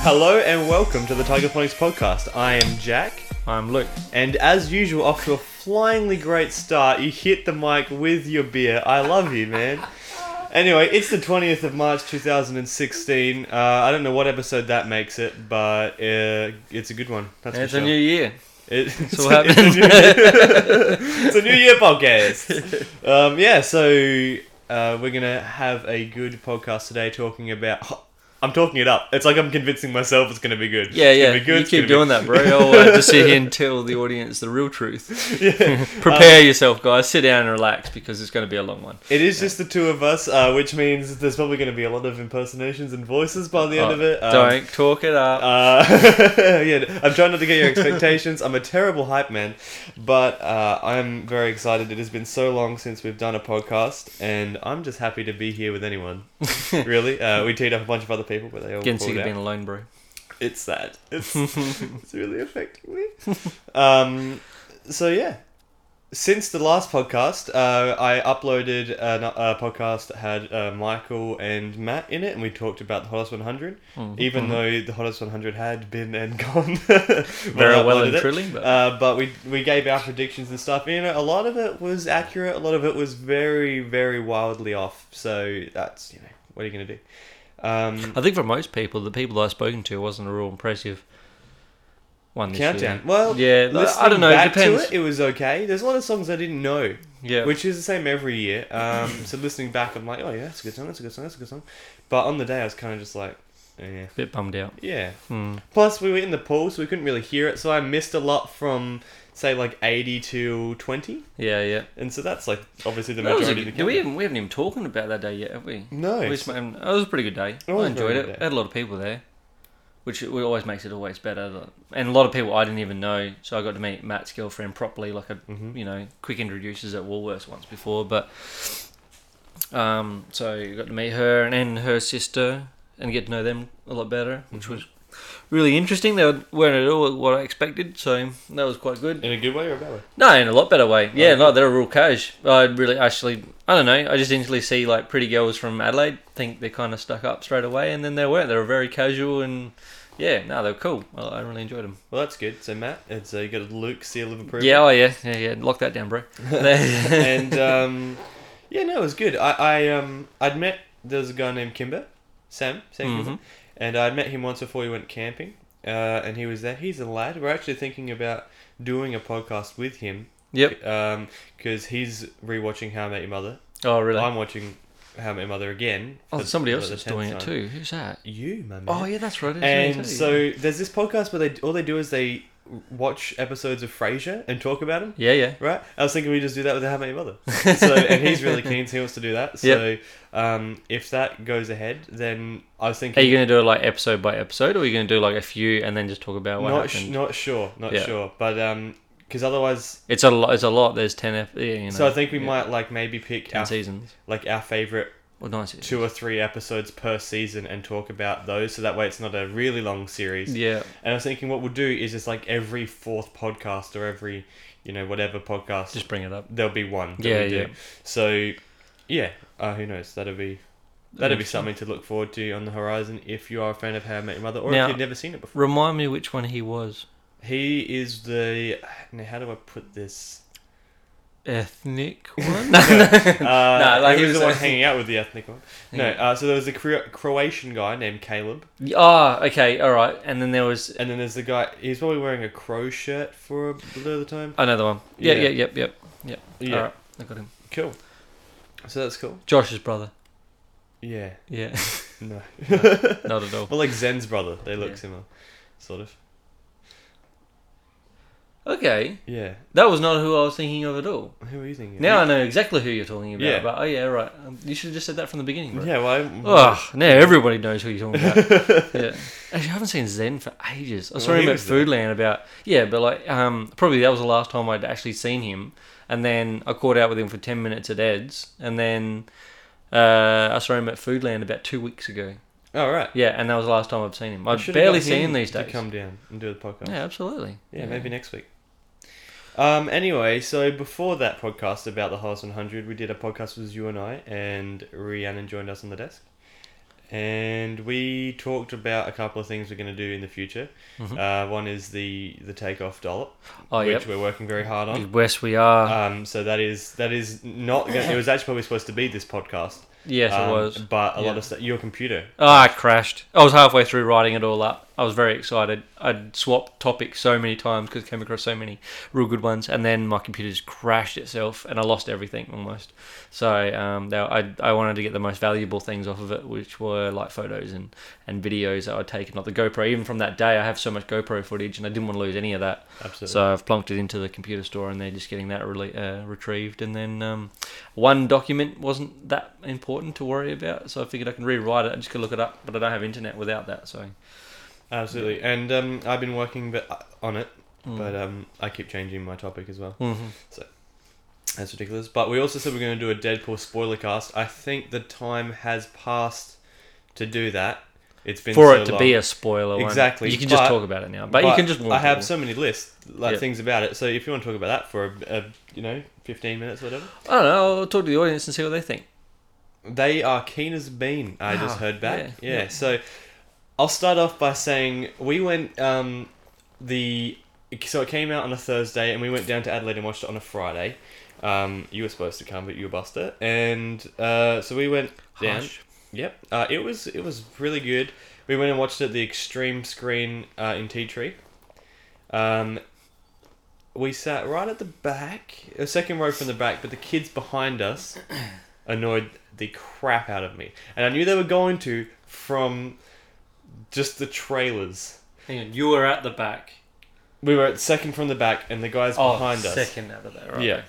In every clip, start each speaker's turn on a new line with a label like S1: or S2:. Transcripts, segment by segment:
S1: Hello and welcome to the Tiger Phonics podcast. I am Jack,
S2: I'm Luke.
S1: and as usual, off to a flyingly great start, you hit the mic with your beer. I love you, man. Anyway, it's the 20th of March 2016. Uh, I don't know what episode that makes it, but uh, it's a good one. That's for
S2: And it's
S1: sure.
S2: a new year.
S1: It, it's, a-
S2: what
S1: it's
S2: happens.
S1: a new year, it's a new year podcast. Um, yeah, so uh, we're gonna have a good podcast today, talking about. I'm talking it up. It's like I'm convincing myself it's gonna be good.
S2: Yeah,
S1: It's
S2: yeah.
S1: gonna be good.
S2: you
S1: it's
S2: keep
S1: gonna
S2: doing that, bro. I'll uh, just sit here and tell the audience the real truth.
S1: be- Yeah. Um,
S2: Prepare yourself, guys. Sit down and relax because it's going to be a long one.
S1: It is just the two of us, uh, which means there's probably gonna be a lot of impersonations and voices by the end
S2: Oh,
S1: of it. Um,
S2: Don't talk it up.
S1: Uh, yeah, I'm trying not to get your expectations. I'm a terrible hype man, but uh, I'm very excited. It has been so long since we've done a podcast, and I'm just happy to be here with anyone. really, uh, we teed up a bunch of other people, but they all
S2: Getting
S1: pulled
S2: sick of
S1: out.
S2: being alone, bro.
S1: It's sad. It's, it's really affecting me. Um, so yeah, since the last podcast, uh, I uploaded an, a podcast that had uh, Michael and Matt in it, and we talked about the Hottest 100.
S2: Mm-hmm.
S1: Even though the Hottest 100 had been and gone
S2: Very well and truly, but
S1: Uh, but we we gave our predictions and stuff. You know, a lot of it was accurate. A lot of it was very very wildly off. So that's you know what are you gonna do? Um,
S2: I think for most people, the people I've spoken to, it wasn't a real impressive one this
S1: Countdown.
S2: year.
S1: Well,
S2: Yeah, I- I
S1: listening
S2: don't know. It
S1: Back
S2: depends.
S1: To it, it was okay. There's a lot of songs I didn't know,
S2: Yeah.
S1: which is the same every year. Um, so listening back, I'm like, oh yeah, that's a good song. That's a good song. That's a good song. But on the day, I was kind of just like, oh, yeah,
S2: Bit bummed out.
S1: yeah.
S2: Hmm.
S1: Plus, we were in the pool, so we couldn't really hear it. So I missed a lot from say like 80 to 20,
S2: Yeah, yeah.
S1: and so that's like obviously the
S2: That was a
S1: majority of the
S2: good- we,
S1: countdown.
S2: haven't, we haven't even talking about that day yet, have we?
S1: No,
S2: At least, um, it was a pretty good day.
S1: It was
S2: I
S1: a very
S2: enjoyed
S1: good
S2: it.
S1: day.
S2: had a lot of people there, which it always makes it always better. And a lot of people I didn't even know, so I got to meet Matt's girlfriend properly, like a
S1: Mhm.
S2: you know quick introduces at Woolworths once before. But um, so I got to meet her and, and her sister and get to know them a lot better, which
S1: Mm-hmm.
S2: was really interesting. They weren't at all what I expected, so that was quite good.
S1: in a good way or a bad way.
S2: No, in a lot better way. Yeah,
S1: Right.
S2: no, they're a real coach. I really actually, I don't know. I just instantly see like pretty girls from Adelaide think they're kind of stuck up straight away, and then they weren't. They were very casual and yeah, no, they're cool. I, I really enjoyed them.
S1: Well, that's good. So Matt, it's uh, you got a Luke seal of approval.
S2: Yeah, oh yeah, yeah, yeah. Lock that down, bro.
S1: and um, yeah, no, it was good. I, I um, I'd met there was a guy named Kimber, Sam, Sam Kimber,
S2: Mhm.
S1: and I'd met him once before we went camping, uh, and he was there. He's a lad. We're actually thinking about doing a podcast with him.
S2: Yep.
S1: Um, because he's rewatching How I Met Your Mother.
S2: Oh really?
S1: I'm watching How I Met Your Mother again.
S2: oh,
S1: for
S2: somebody
S1: the-
S2: else
S1: the
S2: is
S1: 10th
S2: doing it
S1: time.
S2: too. Who's that?
S1: You, my man.
S2: Oh yeah, that's right. it is me too.
S1: And so there's this podcast where they all they do is they watch episodes of Frasier and talk about them.
S2: yeah, yeah.
S1: Right? I was thinking we just do that with How I Met Your Mother. So, and he's really keen, so he wants to do that. So, um, if that goes ahead, then I was
S2: Are
S1: thinking.
S2: you going to do it like episode by episode, or are you going to do like a few and then just talk about what
S1: not, sh-
S2: happened?
S1: not sure, not
S2: Yeah.
S1: sure. But, um, because otherwise.
S2: it's a lot. It's a lot. There's ten. Ep- yeah, you know,
S1: so, I think we
S2: yeah,
S1: might, like, maybe pick
S2: ten
S1: our,
S2: seasons
S1: like our favorite
S2: or nine seasons.
S1: two or three episodes per season and talk about those. So that way it's not a really long series.
S2: Yeah.
S1: And I was thinking what we'll do is just like every fourth podcast or every, you know, whatever podcast,
S2: Just bring it up.
S1: there'll be one. That
S2: Yeah,
S1: we do.
S2: yeah.
S1: So, yeah, uh, who knows? That'll be That'd be
S2: Interesting.
S1: something to look forward to on the horizon if you are a fan of How I Met Your Mother or
S2: Now-
S1: if you've never seen it before.
S2: Remind me which one he was.
S1: He is the. Now, how do I put this?
S2: Ethnic one?
S1: Uh, no,
S2: like
S1: he
S2: he
S1: was the one
S2: was a-
S1: hanging out with the ethnic one. No,
S2: Yeah.
S1: uh, so there was a Cro- Croatian guy named Caleb,
S2: Ah, okay, alright. And then there was
S1: and then there's the guy. He's probably wearing a crow shirt for a bit of the time.
S2: another one. Yeah,
S1: Yeah.
S2: yeah, yep, yep.
S1: Yeah,
S2: Alright, I got him.
S1: cool. So that's cool.
S2: Josh's brother.
S1: Yeah,
S2: Yeah,
S1: no.
S2: not at all.
S1: well, like Zen's brother, they look
S2: Yeah.
S1: similar, sort of.
S2: Okay,
S1: Yeah.
S2: that was not who I was thinking of at all.
S1: Who are you thinking? of?
S2: Now I know exactly who you're talking about.
S1: Yeah.
S2: But oh yeah, right. Um, you should have just said that from the beginning, bro.
S1: Yeah. Well, I-
S2: Oh, now everybody knows who you're talking about. yeah. Actually, I haven't seen Zen for ages. I saw
S1: Well, he
S2: him at
S1: was there.
S2: Foodland about yeah, but like um, probably that was the last time I'd actually seen him. And then I caught out with him for ten minutes at Ed's, and then uh, I saw him at Foodland about two weeks ago.
S1: All right.
S2: Yeah, and that was the last time I've seen him.
S1: I
S2: I've
S1: should've
S2: barely
S1: got
S2: seen
S1: him
S2: him these
S1: to
S2: days.
S1: come down and do the podcast.
S2: Yeah, absolutely.
S1: Yeah, maybe next week. Um, anyway, so before that podcast about the Hottest 100, we did a podcast with you and I, and Rhiannon joined us on the desk. and we talked about a couple of things we're going to do in the future. Uh, one is the the takeoff dollop,
S2: Mm-hmm. Oh,
S1: which
S2: yep.
S1: we're working very hard on.
S2: West we are.
S1: Um, so that is that is not. Gonna, it was actually probably supposed to be this podcast.
S2: yes,
S1: um,
S2: it was.
S1: But a lot
S2: Yeah.
S1: of stuff. Your computer.
S2: Oh, I crashed. I was halfway through writing it all up. I was very excited. I'd swapped topics so many times because I came across so many real good ones, and then my computer just crashed itself, and I lost everything almost. So um, now I I wanted to get the most valuable things off of it, which were like photos and and videos that I'd taken off the GoPro. Even from that day, I have so much GoPro footage, and I didn't want to lose any of that.
S1: Absolutely.
S2: So I've plonked it into the computer store, and they're just getting that rele uh, retrieved. And then um, one document wasn't that important to worry about, so I figured I can rewrite it. I just could look it up, but I don't have internet without that. So
S1: Absolutely. And um, I've been working bit on it,
S2: Mm.
S1: but um, I keep changing my topic as well.
S2: Mhm.
S1: That's ridiculous. But we also said we're going to do a Deadpool spoiler cast. I think the time has passed to do that. It's been
S2: for
S1: so
S2: it to
S1: long.
S2: be a spoiler, one,
S1: Exactly,
S2: you can just
S1: but-
S2: talk about it now. But, you can just. warn
S1: I have
S2: people.
S1: so many lists, like
S2: Yeah.
S1: things about it. So if you want to talk about that for a, a you know fifteen minutes or whatever,
S2: I don't know. I'll talk to the audience and see what they think.
S1: they are keen as a bean. I just
S2: Ah,
S1: heard back.
S2: yeah,
S1: Yeah.
S2: yeah.
S1: So I'll start off by saying we went um, the so it came out on a Thursday and we went down to Adelaide and watched it on a Friday. Um, you were supposed to come, but you were Buster, and uh, so we went down.
S2: Hush.
S1: Yep, uh, it was it was really good. We went and watched it at the Extreme Screen uh, in Tea Tree. Um, we sat right at the back, a second row from the back, but the kids behind us annoyed the crap out of me, and I knew they were going to from just the trailers.
S2: Hang on, you were at the back.
S1: We were at second from the back, and the guys behind us.
S2: Oh, second out of that, right?
S1: Yeah.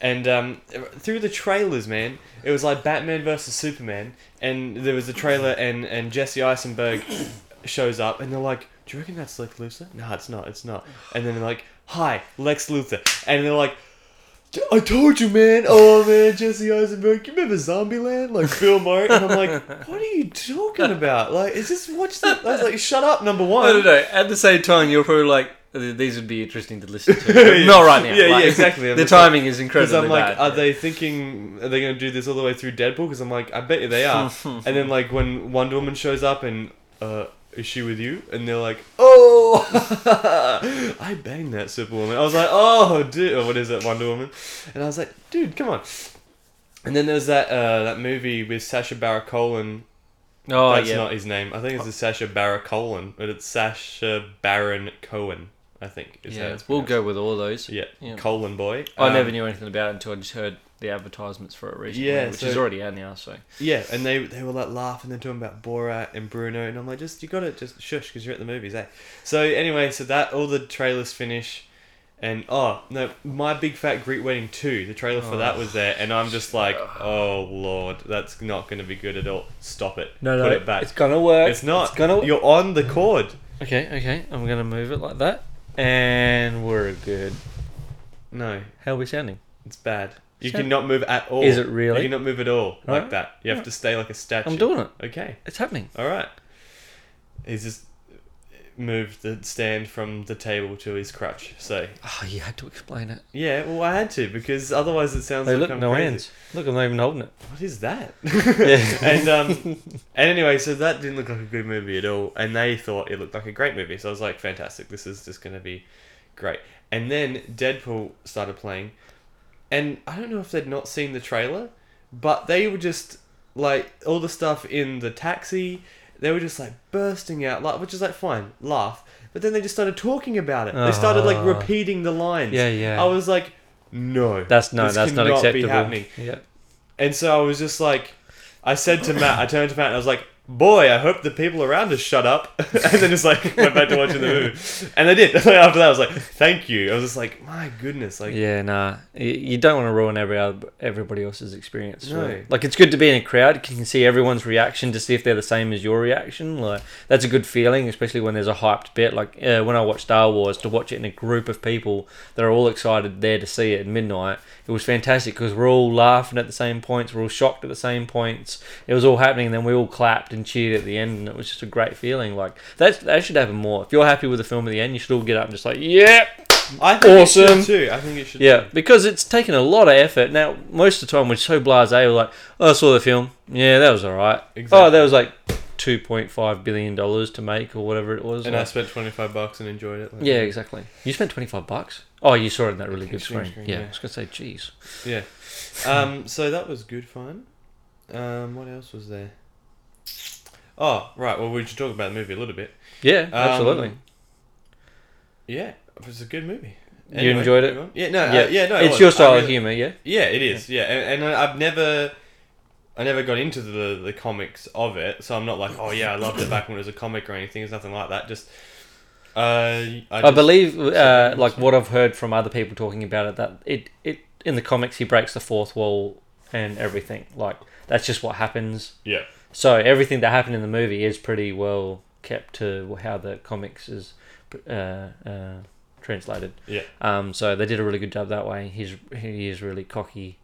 S1: And um, through the trailers, man, it was like Batman versus Superman, and there was a trailer, and and Jesse Eisenberg shows up, and they're like, "Do you reckon that's Lex Luthor?" No, it's not. It's not. And then they're like, "Hi, Lex Luthor," and they're like. "D- I told you, man. Oh man, Jesse Eisenberg. You remember Zombieland, like Bill Murray? And I'm like, what are you talking about? Like, is this what's that? I was like, shut up, number one.
S2: I don't know. At the same time, you're probably like, these would be interesting to listen to. Not right now.
S1: Yeah, yeah,
S2: Like,
S1: exactly. I'm
S2: the
S1: just like-
S2: timing is
S1: Because
S2: incredibly
S1: I'm like,
S2: bad.
S1: are they thinking? Are they going to do this all the way through Deadpool? Because I'm like, I bet you they are. and then like when Wonder Woman shows up and uh, is she with you? And they're like, oh, I banged that Superwoman. I was like, oh, dude, or what is it, Wonder Woman? And I was like, dude, come on. And then there's that uh, that movie with Sasha Baron Cohen.
S2: Oh
S1: That's
S2: yeah. Oh.
S1: not his name. I think it's a Sasha Baron Cohen, but it's Sasha Baron Cohen. I think. Is how
S2: yeah,
S1: it's
S2: we'll
S1: pronounced.
S2: go with all those.
S1: Yeah,
S2: yeah.
S1: Colon boy.
S2: I
S1: Um,
S2: never knew anything about it until I just heard the advertisements for it recently,
S1: Yeah,
S2: which
S1: so-
S2: is already out now. So
S1: Yeah, and they they were like laughing. They're talking about Borat and Bruno, and I'm like, just you got to just shush because you're at the movies, eh? So anyway, so that all the trailers finish, and oh no, my big fat Greek wedding two. The trailer for that was there, and I'm just like, oh lord, that's not going to be good at all. Stop it. put it back. It's,
S2: gonna work.
S1: not. You're on the cord.
S2: Okay, okay. I'm gonna move it like that, and we're good.
S1: No,
S2: How are we sounding?
S1: it's bad. You
S2: So-
S1: cannot move at all.
S2: Is it really?
S1: You cannot move at all like
S2: Alright.
S1: that. You have to stay like a statue.
S2: I'm doing it.
S1: Okay.
S2: It's happening.
S1: All right. He's just moved the stand from the table to his crutch. So
S2: Oh, you had to explain it.
S1: yeah, well I had to because otherwise it sounds
S2: Hey,
S1: like
S2: look,
S1: I'm
S2: no
S1: crazy.
S2: hands. Look, I'm not even holding it.
S1: What is that?
S2: Yeah.
S1: and um, and anyway, so that didn't look like a good movie at all, and they thought it looked like a great movie. So I was like, fantastic, this is just going to be great. And then Deadpool started playing, and I don't know if they'd not seen the trailer, but they were just like all the stuff in the taxi. They were just like bursting out, like which is like fine, laugh. But then they just started talking about it. They started like
S2: Ah.
S1: repeating the lines.
S2: Yeah, yeah.
S1: I was like, no,
S2: That's no,
S1: this
S2: that's not
S1: cannot be
S2: acceptable.
S1: happening.
S2: Yeah.
S1: And so I was just like, I said to Matt, I turned to Matt and I was like, boy, I hope the people around us shut up. and then just like went back to watching the movie. And they did. After that, I was like, thank you. I was just like, my goodness. Like,
S2: yeah, nah. You, you don't want to ruin every other, everybody else's experience.
S1: No.
S2: really. Like it's good to be in a crowd. You can see everyone's reaction to see if they're the same as your reaction. Like that's a good feeling, especially when there's a hyped bit. Like uh, when I watched Star Wars, to watch it in a group of people that are all excited there to see it at midnight. It was fantastic because we're all laughing at the same points. We're all shocked at the same points. It was all happening, and then we all clapped and cheered at the end, and it was just a great feeling. Like that's that should happen more. If you're happy with the film at the end, you should all get up and just like, yeah.
S1: I think
S2: Awesome.
S1: it should too. I think it should.
S2: Yeah, Oh, because it's taken a lot of effort. Now, most of the time we're so blasé, we're like, oh, I saw the film. Yeah, that was all right. Oh,
S1: Exactly.
S2: that was like, two point five billion dollars to make or whatever it was.
S1: And I
S2: Like-
S1: spent twenty five bucks and enjoyed it. like-
S2: yeah, exactly. You spent twenty five bucks. Oh, you saw it in that really
S1: Big
S2: good
S1: screen
S2: screen.
S1: screen,
S2: yeah.
S1: yeah.
S2: I was gonna say, geez.
S1: yeah. Um, so that was good fun. Um, what else was there? Oh right, well we should talk about the movie a little bit.
S2: Yeah,
S1: Um,
S2: absolutely.
S1: Yeah, it was a good movie.
S2: You enjoyed it?
S1: move on. Yeah, no,
S2: Yeah.
S1: yeah, uh, yeah no. it
S2: it's
S1: was.
S2: your
S1: I
S2: style
S1: really-
S2: of humor, yeah.
S1: Yeah, it is. Yeah, and, and I've never, I never got into the the comics of it, so I'm not like, oh yeah, I loved it back when it was a comic or anything. It's nothing like that. Just, uh, I,
S2: I
S1: just-
S2: believe, uh,
S1: Sorry,
S2: like
S1: sorry.
S2: what I've heard from other people talking about it, that it, it in the comics he breaks the fourth wall and everything. Like that's just what happens.
S1: Yeah.
S2: So everything that happened in the movie is pretty well kept to how the comics is uh, uh, translated.
S1: Yeah.
S2: Um. So they did a really good job that way. He's he is really cocky.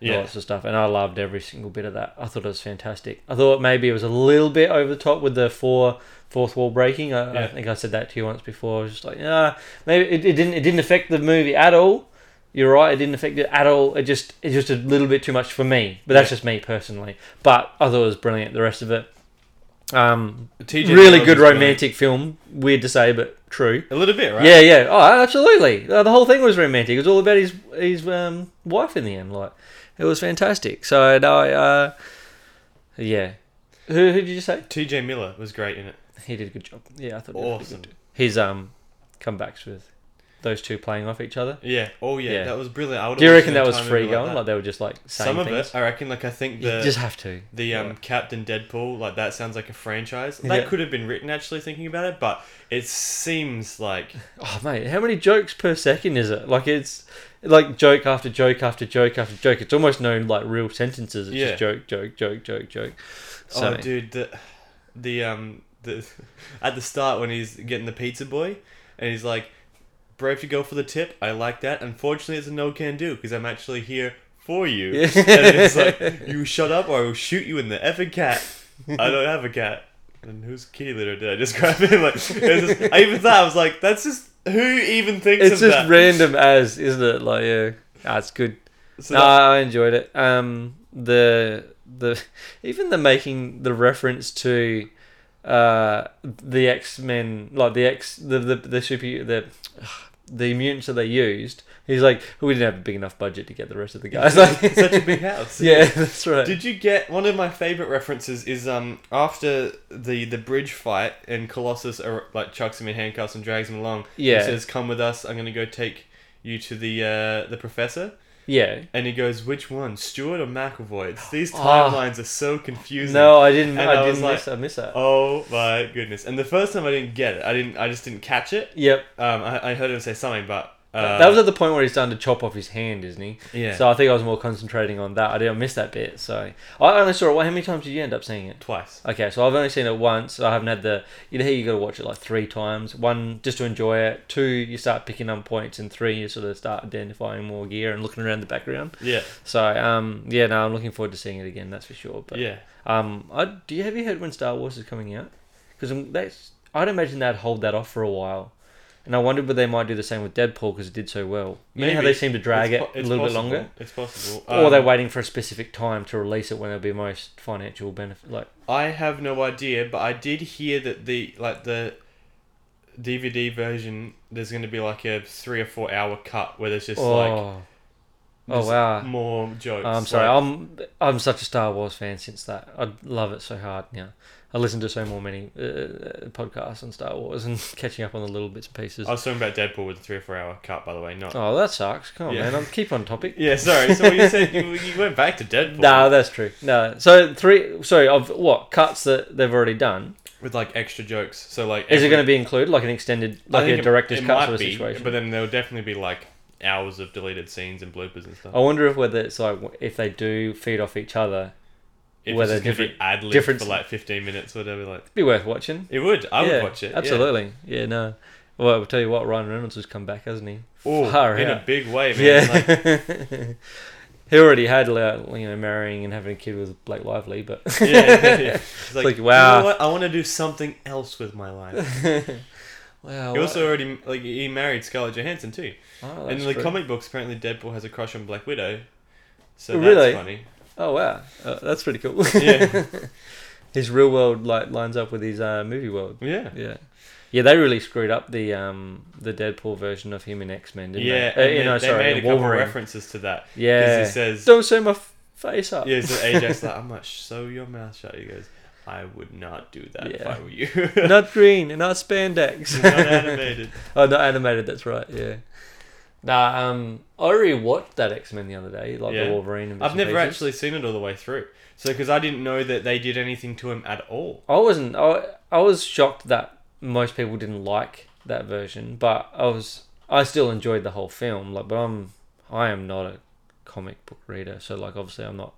S2: and
S1: Yeah.
S2: Lots of stuff, and I loved every single bit of that. I thought it was fantastic. I thought maybe it was a little bit over the top with the four fourth wall breaking. I, I
S1: Yeah.
S2: think I said that to you once before. I was just like, yeah, maybe it, it didn't it didn't affect the movie at all. You're right, it didn't affect it at all. It just it's just a little bit too much for me, but that's
S1: Yeah.
S2: just me personally. But I thought it was brilliant. The rest of it, um,
S1: TJ
S2: really
S1: Hales
S2: good
S1: is great.
S2: romantic film. Weird to say, but true.
S1: A little bit, right?
S2: Yeah, yeah. Oh, absolutely. Uh, The whole thing was romantic. It was all about his his um, wife in the end. Like, it was fantastic. So, no, I, uh, yeah. Who, who did you say?
S1: TJ Miller was great in it.
S2: He did a good job. Yeah, I thought. he did a really
S1: Awesome.
S2: good job. His um, comebacks with those two playing off each other.
S1: Yeah. Oh yeah,
S2: Yeah.
S1: that was brilliant. I would've
S2: Do you
S1: watched
S2: reckon
S1: an
S2: that was
S1: entire
S2: free
S1: movie
S2: going? Like,
S1: that.
S2: they were just like saying
S1: Some of
S2: things.
S1: it, I reckon. Like I think
S2: you
S1: the
S2: just have to.
S1: the um,
S2: Yeah.
S1: Captain Deadpool, like that sounds like a franchise. That
S2: Yeah.
S1: could have been written actually thinking about it, but it seems like
S2: Oh mate, how many jokes per second is it? Like it's like joke after joke after joke after joke. It's almost no like real sentences. It's
S1: Yeah.
S2: just joke, joke, joke, joke, joke. So
S1: Oh, dude, the the um the at the start when he's getting the pizza boy, and he's like, "Brave to go for the tip. I like that. Unfortunately, it's a no can do because I'm actually here for you."
S2: Yeah.
S1: and it's like, "You shut up, or I will shoot you in the effing cat." I don't have a cat. And whose kitty litter did I just grab? in? like, it's just, I even thought I was like, "That's just who even thinks
S2: it's
S1: of
S2: just
S1: that."
S2: random as, isn't it? Like yeah, that's good.
S1: So
S2: no,
S1: that-
S2: I enjoyed it. Um, the the even the making the reference to uh the X Men like the X the the the super the the mutants that they used. He's like, we didn't have a big enough budget to get the rest of the guys. Like,
S1: it's such a big house.
S2: yeah, that's right.
S1: Did you get one of my favorite references? Is um after the the bridge fight and Colossus are, like chucks him in handcuffs and drags him along.
S2: yeah,
S1: He says, "Come with us. I'm gonna go take you to the uh, the professor."
S2: yeah.
S1: And he goes, "Which one, Stewart or McAvoy? It's- These
S2: Oh.
S1: timelines are so confusing."
S2: No, I didn't.
S1: And
S2: I,
S1: I was
S2: didn't
S1: like-
S2: miss. I miss that.
S1: Oh my goodness! And the first time I didn't get it. I didn't. I just didn't catch it.
S2: Yep,
S1: Um, I, I heard him say something, but uh,
S2: that that was at the point where he's starting to chop off his hand, isn't he?
S1: yeah
S2: So I think I was more concentrating on that. I didn't miss that bit. So I only saw it. Well, how many times did you end up seeing it?
S1: twice.
S2: Okay, so I've only seen it once. I haven't had the. You know, you got to watch it like three times. One just to enjoy it. Two, you start picking up points, and three, you sort of start identifying more gear and looking around the background.
S1: Yeah,
S2: So um, yeah, no, I'm looking forward to seeing it again. That's for sure. But
S1: yeah.
S2: um, I, do you have you heard when Star Wars is coming out? Because that's I'd imagine they'd hold that off for a while, and I wondered whether they might do the same with Deadpool because it did so well. You know how
S1: Maybe.
S2: they seem to drag
S1: It's
S2: it
S1: po-
S2: a
S1: it's
S2: little bit
S1: possible.
S2: longer,
S1: It's possible.
S2: or they're
S1: Um,
S2: waiting for a specific time to release it when there'll be most financial benefit. Like
S1: I have no idea, but I did hear that the like the DVD version there's going to be like a three or four hour cut where there's just like
S2: oh, oh
S1: there's
S2: wow.
S1: more jokes.
S2: Oh. I'm sorry.
S1: Like,
S2: I'm I'm such a Star Wars fan since that. I love it so hard now. I listen to so more many uh, uh, podcasts on Star Wars and catching up on the little bits and pieces.
S1: I was talking about Deadpool with the three or four hour cut, by the way. Not.
S2: Oh, that sucks. Come on,
S1: Yeah.
S2: man. I'm keep on topic.
S1: Yeah, sorry. So what you said you, you went back to Deadpool
S2: No, that's true. No, so three. Sorry, of what cuts that they've already done?
S1: with like extra jokes. So like,
S2: Is it going to be included, like an extended, like a director's cut sort of situation?
S1: But then there'll definitely be like hours of deleted scenes and bloopers and stuff.
S2: I wonder if whether it's like if they do feed off each other,
S1: if
S2: whether
S1: it's just gonna be
S2: different-
S1: ad lib
S2: different-
S1: for like fifteen minutes or whatever, like
S2: it'd be worth watching.
S1: it would. I
S2: Yeah,
S1: would watch it. yeah.
S2: Absolutely. Yeah. no. Well, I'll tell you what, Ryan Reynolds has come back, hasn't he?
S1: Oh,
S2: Far
S1: in
S2: out.
S1: a big way, man.
S2: yeah.
S1: Like,
S2: he already had, like, you know, marrying and having a kid with Blake Lively, but
S1: yeah, yeah. It's like,
S2: like,
S1: wow.
S2: wow.
S1: You know what? I want to do something else with my life.
S2: wow.
S1: He also already like he married Scarlett Johansson too.
S2: oh,
S1: and
S2: that's
S1: in the
S2: true.
S1: comic books, apparently Deadpool has a crush on Black Widow. So
S2: Oh, Really?
S1: that's funny.
S2: Oh wow, uh, that's pretty cool.
S1: Yeah.
S2: His real world like lines up with his uh, movie world.
S1: Yeah.
S2: Yeah. Yeah, they really screwed up the um the Deadpool version of him in X Men, didn't
S1: Yeah,
S2: they? Uh,
S1: and
S2: you
S1: they,
S2: know,
S1: they
S2: sorry,
S1: made a
S2: in
S1: couple
S2: Wolverine.
S1: references to that because
S2: yeah.
S1: he says,
S2: Don't say my f- face up.
S1: "Yeah, so Ajax like, I'm like, show your mouth shut." He goes, "I would not do that if
S2: Yeah.
S1: I were you."
S2: not green and not spandex.
S1: not animated.
S2: Oh, not animated. That's right. Yeah. Nah. Um. I rewatched that X Men the other day, like
S1: Yeah.
S2: the Wolverine. And bits
S1: I've
S2: and
S1: never
S2: pieces.
S1: actually seen it all the way through, so because I didn't know that they did anything to him at all.
S2: I wasn't. I I was shocked that most people didn't like that version, but I was. I still enjoyed the whole film. Like, but I'm. I am not a comic book reader, so like obviously I'm not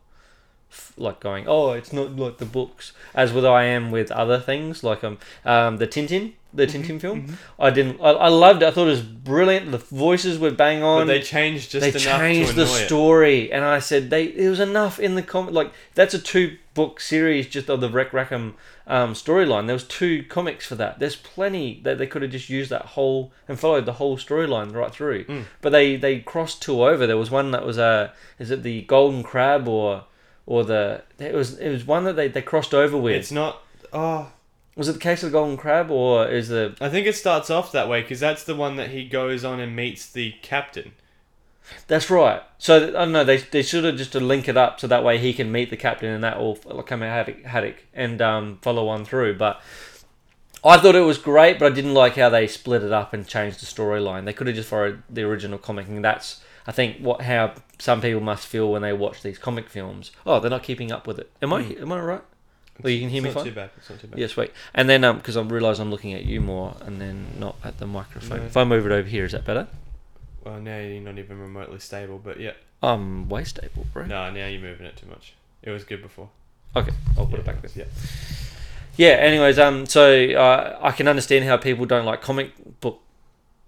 S2: f- like going. Oh, it's not like the books. As with I am with other things, like um, um the Tintin, the
S1: Mm-hmm,
S2: Tintin film. I didn't. I, I loved it. I thought it was brilliant. The voices were bang
S1: But
S2: on
S1: they changed just
S2: they
S1: enough
S2: changed
S1: to annoy
S2: the story, and I said they it was enough in the comic. Like that's a two book series just of the Rec Rackham um, storyline. There was two comics for that. There's plenty that they could have just used that whole and followed the whole storyline right through.
S1: Mm.
S2: But they they crossed two over. There was one that was uh, is it the Golden Crab or or the it was it was one that they, they crossed over
S1: it.
S2: with.
S1: It's not. Oh,
S2: was it the case of the Golden Crab or is the
S1: I think it starts off that way because that's the one that he goes on and meets the captain.
S2: That's right. So th- I don't know. They they should have just to link it up so that way he can meet the captain and that will f- come out haddock, haddock and um, follow on through. But I thought it was great, but I didn't like how they split it up and changed the storyline. They could have just followed the original comic, and that's I think what how some people must feel when they watch these comic films. Oh, they're not keeping up with it. Am I am I right? Well, Oh, you can hear
S1: it's
S2: me
S1: not
S2: fine?
S1: Too bad. It's not too bad.
S2: Mm. Yeah, sweet. And then um, because I realise I'm looking at you more, and then not at the microphone.
S1: No.
S2: If I move it over here, is that better?
S1: Well, now you're not even remotely stable, but yeah.
S2: I'm way stable, bro.
S1: No, now you're moving it too much. It was good before.
S2: Okay, I'll put
S1: yeah,
S2: it back there.
S1: Yeah.
S2: Yeah. Anyways, um, so uh, I can understand how people don't like comic book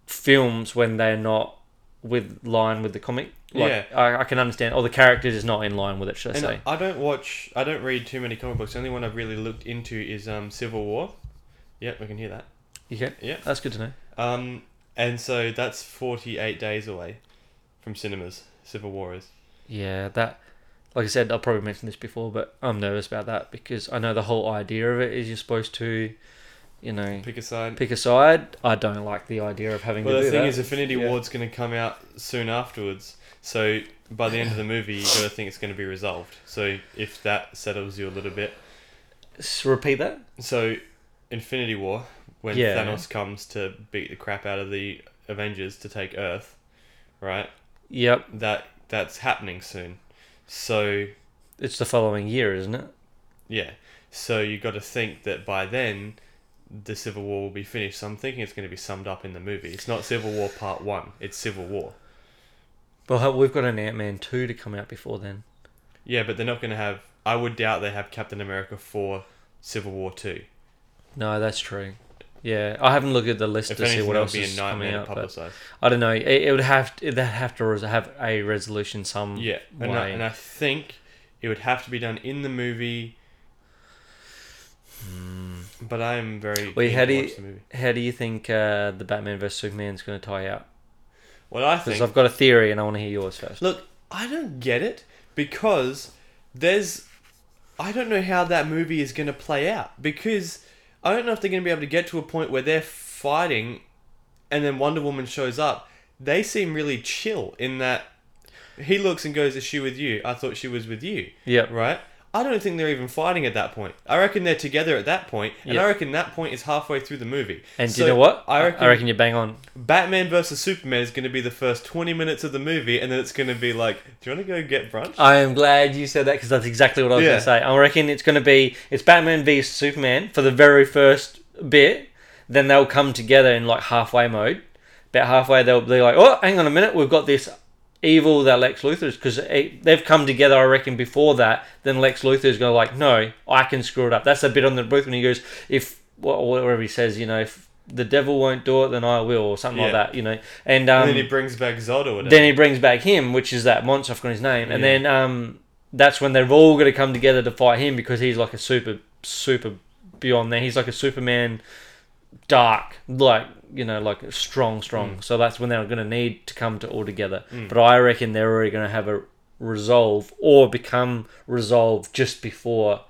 S2: films when they're not with line with the comic. Like,
S1: Yeah.
S2: I, I can understand. Or the character is not in line with it. Should I
S1: And
S2: say?
S1: I don't watch, I don't read too many comic books. The only one I've really looked into is um, Civil War. Yep, we can hear that.
S2: Yeah.
S1: Yeah.
S2: That's good to know.
S1: Um, and so that's 48 days away from cinemas. Civil War is.
S2: Yeah. That. Like I said, I'll probably mention this before, but I'm nervous about that because I know the whole idea of it is you're supposed to, you know,
S1: Pick a side.
S2: pick a side. I don't like the idea of having
S1: Well,
S2: to
S1: the
S2: do
S1: thing
S2: that.
S1: is, Infinity
S2: Yeah.
S1: Ward's going to come out soon afterwards. So by the end of the movie, you got to think it's going to be resolved. So if that settles you a little bit.
S2: S- repeat that.
S1: So, Infinity War, when
S2: Yeah.
S1: Thanos comes to beat the crap out of the Avengers to take Earth, right?
S2: Yep.
S1: That that's happening soon. So
S2: It's the following year, isn't it?
S1: yeah, so you got to think that by then, the Civil War will be finished. So I'm thinking it's going to be summed up in the movie. It's not Civil War Part One. It's Civil War.
S2: Well, ho- we've got an Ant Man two to come out before then.
S1: Yeah, but they're not going to have. I would doubt they have Captain America for Civil War Two.
S2: No, that's true. Yeah, I haven't looked at the list
S1: If
S2: to see
S1: anything,
S2: what
S1: that would
S2: else
S1: be a
S2: is coming
S1: nightmare
S2: out.
S1: to
S2: But
S1: publicise.
S2: I don't know. It, it would have to, it'd have to res- have a resolution some
S1: Yeah, and I,
S2: way.
S1: and I think it would have to be done in the movie. But I am very.
S2: Hmm. Wait,
S1: keen
S2: how
S1: to
S2: do you-
S1: watch the movie.
S2: How do you think uh, the Batman vs Superman's going to tie out?
S1: Well, I
S2: Because
S1: think.
S2: I've got a theory, and I want to hear yours first.
S1: Look, I don't get it because there's. I don't know how that movie is going to play out because I don't know if they're going to be able to get to a point where they're fighting, and then Wonder Woman shows up. They seem really chill in that. He looks and goes, "Is she with you?" I thought she was with you.
S2: Yep.
S1: right? I don't think they're even fighting at that point. I reckon they're together at that point, and
S2: Yeah.
S1: I reckon that point is halfway through the movie.
S2: And
S1: So,
S2: do you know what?
S1: I reckon,
S2: you're bang on.
S1: Batman versus Superman is going to be the first twenty minutes of the movie, and then it's going to be like, "Do you want to go get brunch?"
S2: I am glad you said that because that's exactly what I was
S1: Yeah.
S2: going to say. I reckon it's going to be it's Batman v Superman for the very first bit. Then they'll come together in like halfway mode. About halfway, they'll be like, "Oh, hang on a minute, we've got this evil that Lex Luthor's because they've come together." I reckon before that, then Lex Luthor's going to like, "No, I can screw it up." That's the bit on the booth when he goes, "If wha- whatever he says, you know, if the devil won't do it, then I will," or something like
S1: Yeah.
S2: that, you know. And
S1: and
S2: um,
S1: then he brings back Zod or whatever.
S2: then he brings back him, which is that monster. I forgot his name, and
S1: uh, Yeah.
S2: then um, that's when they've all got to come together to fight him because he's like a super, super beyond there. He's like a Superman, dark, like you know, like strong, strong.
S1: Mm.
S2: So that's when they're going to need to come to all together. But I reckon they're already going to have a resolve or become resolved just before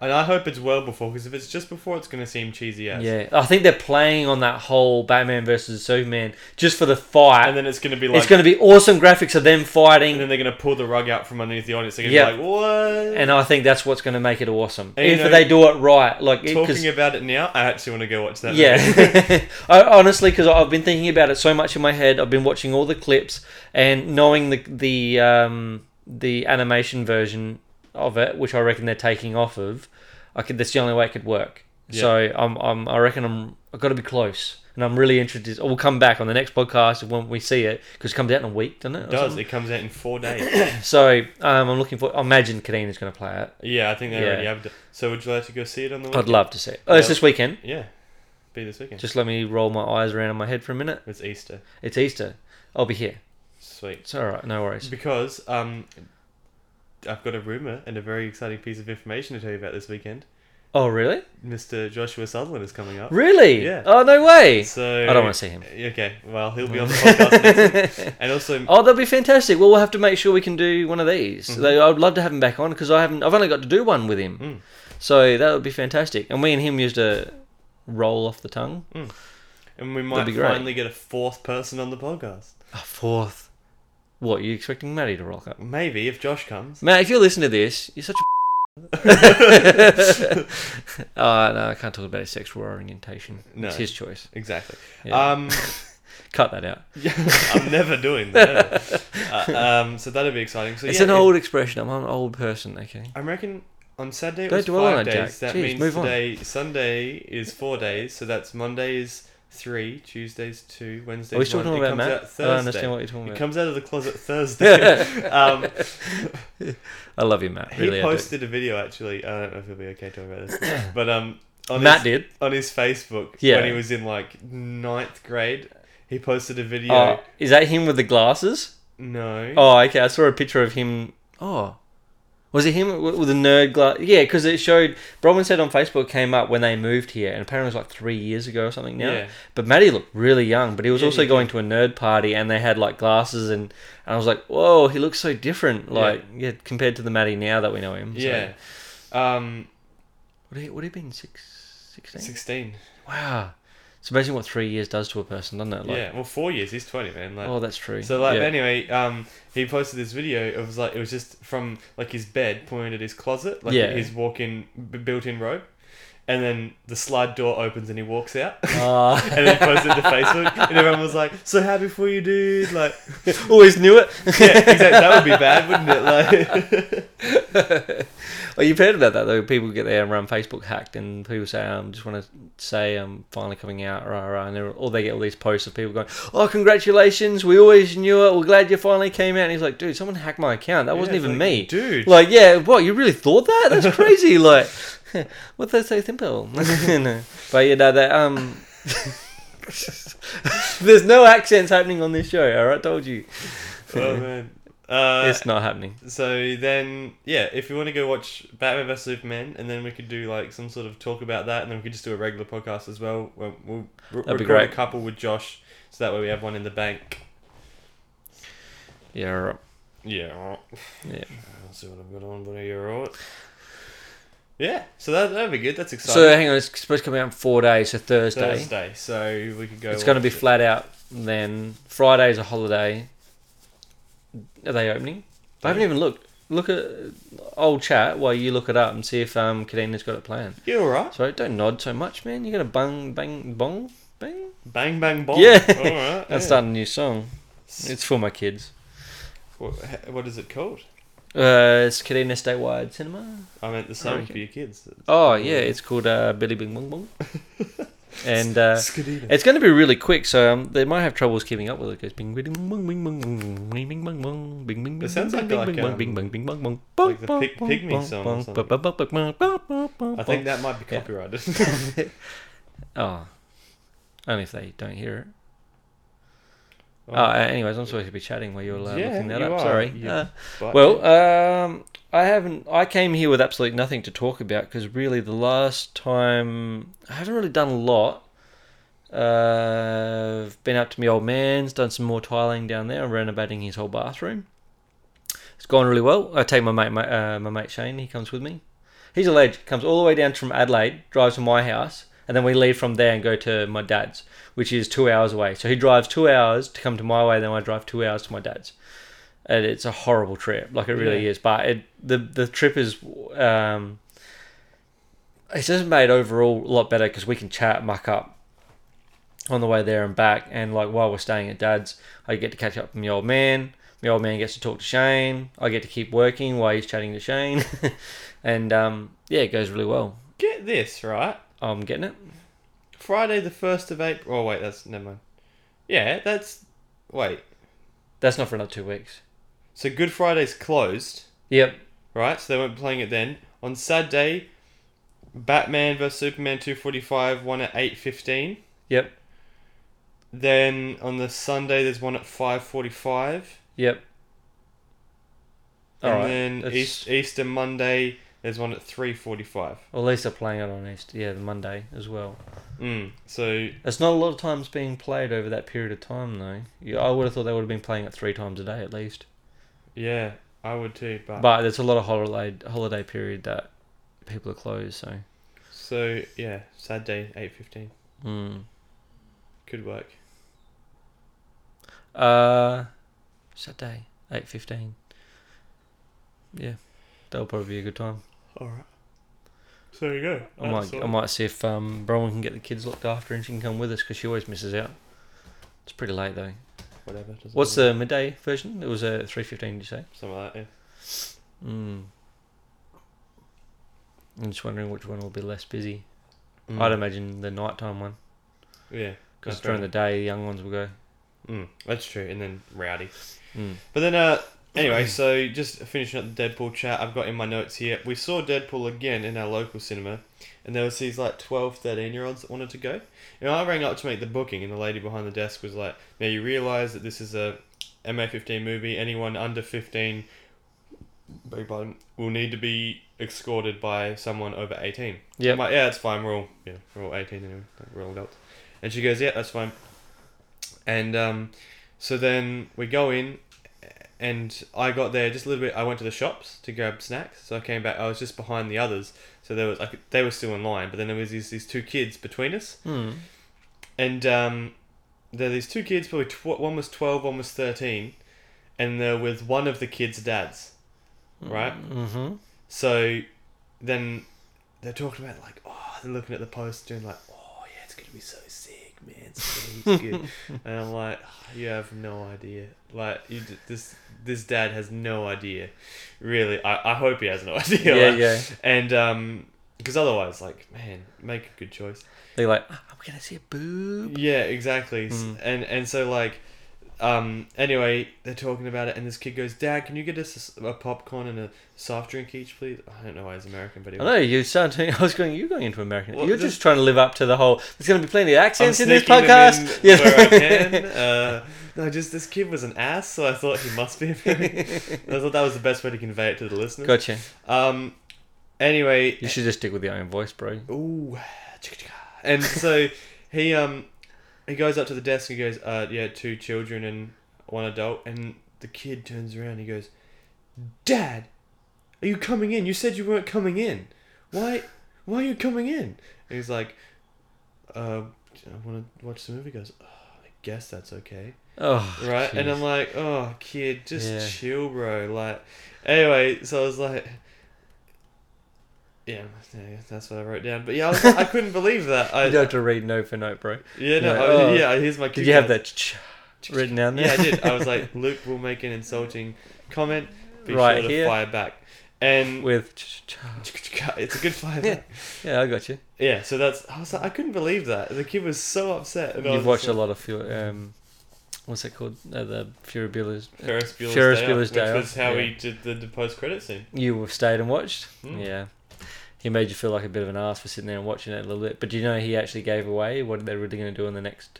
S1: And I hope it's well before, because if it's just before, it's going to seem cheesy as.
S2: Yeah, I think they're playing on that whole Batman versus Superman just for the fight.
S1: And then it's going to be like,
S2: it's going to be awesome graphics of them
S1: and
S2: fighting,
S1: then they're going to pull the rug out from underneath the audience. They're going to
S2: Yeah.
S1: be like, what?
S2: and I think that's what's going to make it awesome.
S1: And, you
S2: if
S1: know,
S2: they do it right, like it- 'cause-
S1: Talking about it now, I actually want to go watch that. movie.
S2: yeah, I, honestly, because I've been thinking about it so much in my head. I've been watching all the clips and knowing the the um, the animation version of it, which I reckon they're taking off of. I could, that's the only way it could work.
S1: Yeah.
S2: So I'm, I'm I reckon I'm I've got to be close, and I'm really interested. We'll come back on the next podcast when we see it because it comes out in a week, doesn't it? or
S1: it does.
S2: something?
S1: It comes out in four days.
S2: So um, I'm looking for. I imagine Kadeena's going to play it.
S1: yeah, I think they
S2: Yeah.
S1: already have. it. So would you like to go see it on the
S2: I'd
S1: weekend?
S2: love to see it. Oh, it's
S1: Yeah.
S2: this weekend.
S1: Yeah, be this weekend.
S2: Just let me roll my eyes around in my head for a minute.
S1: It's Easter.
S2: It's Easter. I'll be here.
S1: Sweet.
S2: It's all right. No worries.
S1: Because um, I've got a rumor and a very exciting piece of information to tell you about this weekend.
S2: Oh, really?
S1: Mr. Joshua Sutherland is coming up.
S2: Really?
S1: Yeah.
S2: Oh, no way.
S1: So uh,
S2: I don't want to see him.
S1: Okay, well he'll be on the podcast next week. And also,
S2: Oh, that'll be fantastic. Well, we'll have to make sure we can do one of these. They- I'd love to have him back on because I haven't. I've only got to do one with him,
S1: Mm.
S2: so that would be fantastic. And me and him used to roll off the tongue.
S1: and we might
S2: be great.
S1: finally get a fourth person on the podcast.
S2: A fourth. What you expecting Maddie to rock up?
S1: Maybe if Josh comes.
S2: Matt, if you listen to this, you're such a. uh, no, I can't talk about his sexual orientation.
S1: No.
S2: It's his choice.
S1: Exactly.
S2: Yeah.
S1: Um,
S2: Cut that out.
S1: I'm never doing that. Uh, um, so that'll be exciting. So
S2: it's
S1: yeah,
S2: an
S1: if-
S2: old expression. I'm an old person, okay?
S1: I reckon on Saturday it
S2: Don't
S1: was
S2: dwell on
S1: five
S2: it, Jack.
S1: days. That
S2: Jeez,
S1: means
S2: move on.
S1: today Sunday is four days, so that's Monday is three, Tuesday's two, Wednesday's
S2: Are we still
S1: one.
S2: talking
S1: it
S2: about
S1: comes
S2: Matt?
S1: out
S2: I don't
S1: Thursday.
S2: understand what you're talking
S1: it
S2: about.
S1: comes out of the closet Thursday. um,
S2: I love you, Matt.
S1: he
S2: Really,
S1: posted a video actually. I don't know if he'll be okay talking about this, but um,
S2: I
S1: on
S2: do. Matt
S1: his,
S2: did.
S1: on his Facebook
S2: Yeah.
S1: when he was in like ninth grade, he posted a video.
S2: Oh, is that him with the glasses?
S1: no,
S2: Oh, okay. I saw a picture of him. Oh, was it him with with the nerd glass? Yeah, because it showed. Bronwyn said on Facebook came up when they moved here, and apparently it was like three years ago or something now.
S1: Yeah.
S2: But Maddie looked really young, but he was
S1: Yeah,
S2: also
S1: he
S2: going to a nerd party, and they had like glasses, and, and I was like, whoa, he looks so different,
S1: Yeah.
S2: like yeah, compared to the Maddie now that we know him. So-
S1: yeah, um,
S2: Would he would he been six, 16?
S1: sixteen.
S2: Wow. It's amazing what three years does to a person, doesn't it? Like,
S1: yeah, well, four years. He's twenty, man. Like,
S2: Oh, that's true.
S1: So like
S2: yeah.
S1: anyway, um, he posted this video. It was like it was just from like his bed pointed at his closet, like
S2: Yeah.
S1: his walk-in b- built-in robe, and then the slide door opens and he walks out.
S2: Ah.
S1: And then he posted to Facebook, and everyone was like, "So happy for you, dude!" Like,
S2: always knew it.
S1: yeah, exactly. That would be bad, wouldn't it? Like,
S2: Well, you've heard about that though. People get their um, Facebook hacked, and people say, "Um, just want to say I'm finally coming out." Rah, rah, and they're- or they get all these posts of people going, "Oh, congratulations! We always knew it. We're glad you finally came out." And he's like, "Dude, someone hacked my account. That wasn't
S1: Yeah, it's
S2: even
S1: like,
S2: me."
S1: dude.
S2: Like, yeah, what? You really thought that? That's crazy. like, what they say, simple. no. But you know that um. There's no accents happening on this show. All right, told you
S1: oh man. Uh,
S2: it's not happening.
S1: so then, yeah, if you want to go watch Batman vs Superman, and then we could do like some sort of talk about that, and then we could just do a regular podcast as well. We'll, we'll re-
S2: be
S1: record
S2: great.
S1: a couple with Josh, so that way we have one in the bank.
S2: Yeah, all right.
S1: Yeah, alright.
S2: yeah.
S1: I'll see what I've got on, but you're alright. Yeah, so that that'd be good. That's exciting.
S2: So hang on, it's supposed to come out in four days, so Thursday.
S1: Thursday, so we could go.
S2: It's going to
S1: watch
S2: be
S1: it.
S2: flat out then. Friday's a holiday. Are they opening? I haven't
S1: Yeah.
S2: even looked. Look at old chat while you look it up and see if um Kadeena's got it planned.
S1: You alright?
S2: So don't nod so much, man. You're gonna bang bang bong bang.
S1: Bang bang bong.
S2: Yeah.
S1: All right.
S2: I'm starting a new song. It's for my kids.
S1: What, h- what is it called?
S2: Uh, it's Kadena Statewide Cinema.
S1: I meant the song
S2: Okay.
S1: for your kids.
S2: Oh yeah, it's called uh, Billy Bing Bong Bong. and uh,
S1: Skadina.
S2: It's going to be really quick, so um, they might have troubles keeping up with it. It goes bing bing bing bing bing bing bing bing bing bing bing bing bing
S1: It sounds like,
S2: bing bing bing
S1: like,
S2: bing bing
S1: um,
S2: bing bing bing
S1: like the
S2: bing
S1: Pig-
S2: bing
S1: Pygmy
S2: bing
S1: song or
S2: bing
S1: something.
S2: bing bing bing bing bing
S1: I
S2: bing.
S1: think that might be
S2: Yeah.
S1: copyrighted.
S2: Oh, only if they don't hear it.
S1: Oh.
S2: Oh, uh, anyways, I'm supposed to be chatting while you're uh,
S1: Yeah,
S2: looking that
S1: you
S2: up.
S1: are,
S2: Sorry.
S1: you
S2: Uh,
S1: But-
S2: well, um, I haven't. I came here with absolutely nothing to talk about because really the last time I haven't really done a lot. Uh, I've been up to my old man's, done some more tiling down there, renovating his whole bathroom. It's gone really well. I take my mate, my, uh, my mate Shane. He comes with me. He's a ledge. Comes all the way down from Adelaide, drives to my house, and then we leave from there and go to my dad's, which is two hours away. So he drives two hours to come to my way, then I drive two hours to my dad's. And it's a horrible trip, like it really
S1: Yeah.
S2: is. But it, the the trip is, um, it's just made overall a lot better because we can chat, muck up on the way there and back, and like while we're staying at dad's, I get to catch up with my old man. My old man gets to talk to Shane. I get to keep working while he's chatting to Shane, and um, yeah, it goes really well.
S1: Get this, right?
S2: I'm getting it.
S1: Friday the 1st of April. Oh, wait, that's. Never mind. Yeah, that's. Wait.
S2: That's not for another two weeks.
S1: So Good Friday's closed,
S2: Yep.
S1: right? So they weren't playing it then. On Saturday, Batman vs Superman 245, one at 8.15.
S2: Yep.
S1: Then on the Sunday, there's one at 5.45.
S2: Yep.
S1: And
S2: All right.
S1: then
S2: that's-
S1: East, Easter Monday, there's one at 3.45.
S2: Well, at least they're playing it on Easter. Yeah, the Monday as well.
S1: Mm. So,
S2: It's not a lot of times being played over that period of time, though. You, I would have thought they would have been playing it three times a day at least.
S1: yeah, I would too. But,
S2: But there's a lot of holiday holiday period that people are closed. So,
S1: So, yeah, Saturday, 8.15. Hmm.
S2: mm.
S1: Could work.
S2: uh, Saturday eight fifteen. Yeah, that'll probably be a good time.
S1: Alright. So there you go.
S2: I might, I might see if um, Bronwyn can get the kids looked after and she can come with us because she always misses out. It's pretty late though.
S1: Whatever. doesn't
S2: What's um,
S1: matter.
S2: the midday version? It was a three fifteen. Did you say?
S1: Something like that, yeah. Hmm.
S2: Mm. I'm just wondering which one will be less busy. I'd imagine the nighttime one
S1: Mm. Yeah.
S2: because
S1: Hmm. That's
S2: during the
S1: right.
S2: day the young ones will go.
S1: Mm, that's true. And then rowdy.
S2: Mm.
S1: But then, uh, anyway, so just finishing up the Deadpool chat, I've got in my notes here. We saw Deadpool again in our local cinema, and there was these like 12, 13 year olds that wanted to go. And I rang up to make the booking, and the lady behind the desk was like, "Now you realise that this is a MA fifteen movie. Anyone under fifteen, beg pardon, will need to be escorted by someone over 18.
S2: Yep.
S1: I'm like, yeah, that's fine. We're all yeah, we're all eighteen anyway. like, We're all adults. And she goes, yeah, that's fine. And um, so then we go in, and I got there just a little bit. I went to the shops to grab snacks, so I came back. I was just behind the others, so there was I could, they were still in line. But then there was these, these two kids between us,
S2: Mm.
S1: and um, there are these two kids. Probably tw- one was twelve, one was thirteen, and they're with one of the kids' dads, right?
S2: Mm-hmm.
S1: So then they're talking about like, oh, they're looking at the poster and like, oh yeah, it's gonna be so sick, man. It's gonna be good. and I'm like, "Oh, you have no idea. Like you, d- this this dad has no idea. Really, I, I hope he has no idea.
S2: Yeah,
S1: like-
S2: yeah.
S1: And um, because otherwise, like, man, make a good choice.
S2: They're like, ah, I'm gonna see a boob.
S1: Yeah, exactly. S-
S2: Mm.
S1: And and so like, um. Anyway, they're talking about it, and this kid goes, "Dad, can you get us a s- a, popcorn and a soft drink each, please?" I don't know why he's American, but he
S2: I know you sound. I was going. You're going into American.
S1: Well,
S2: you're
S1: this-
S2: just trying to live up to the whole. There's going to be plenty of
S1: I'm
S2: accents in this
S1: sneaking
S2: podcast.
S1: them in
S2: yeah.
S1: where I can. Uh, no, just this kid was an ass, so I thought he must be American. I thought that was the best way to convey it to the listeners.
S2: Gotcha.
S1: Um. Anyway,
S2: You should just stick with your own voice, bro.
S1: Ooh, chicka chicka. and so he um he goes up to the desk and he goes, uh, yeah, two children and one adult, and the kid turns around and he goes, Dad, are you coming in? You said you weren't coming in. Why? Why are you coming in? And he's like, uh, I want to watch the movie. He goes, oh, I guess that's okay
S2: Oh,
S1: right? And
S2: jeez.
S1: I'm like, oh, kid, just
S2: Yeah.
S1: chill, bro. Like, anyway, so I was like, yeah, yeah, that's what I wrote down. But yeah, I, was, I couldn't believe that. I,
S2: you don't have to read note for note, bro.
S1: yeah, no,
S2: Yeah.
S1: I-
S2: Oh.
S1: yeah. Here's my.
S2: Did you have
S1: kick-ass.
S2: that ch- written down there?
S1: Yeah, I did. I was like, Luke will make an insulting comment. Be
S2: Right
S1: sure to
S2: here.
S1: fire back. And
S2: with ch- ch-
S1: it's a good fire.
S2: Yeah.
S1: back.
S2: yeah, I got you.
S1: Yeah. So that's. I was like, I couldn't believe that. The kid was so upset. And I was
S2: You've watched
S1: just like,
S2: a lot of Fu- um, what's it called? Uh, the Fury Bueller's.
S1: Ferris Bueller's
S2: Ferris
S1: Day
S2: Bueller's
S1: Off,
S2: Day
S1: which
S2: Off,
S1: was how
S2: yeah.
S1: we did the, the post credit scene.
S2: You have stayed and watched.
S1: Hmm.
S2: Yeah, he made you feel like a bit of an ass for sitting there and watching it a little bit. But do you know he actually gave away what they're really going to do in the next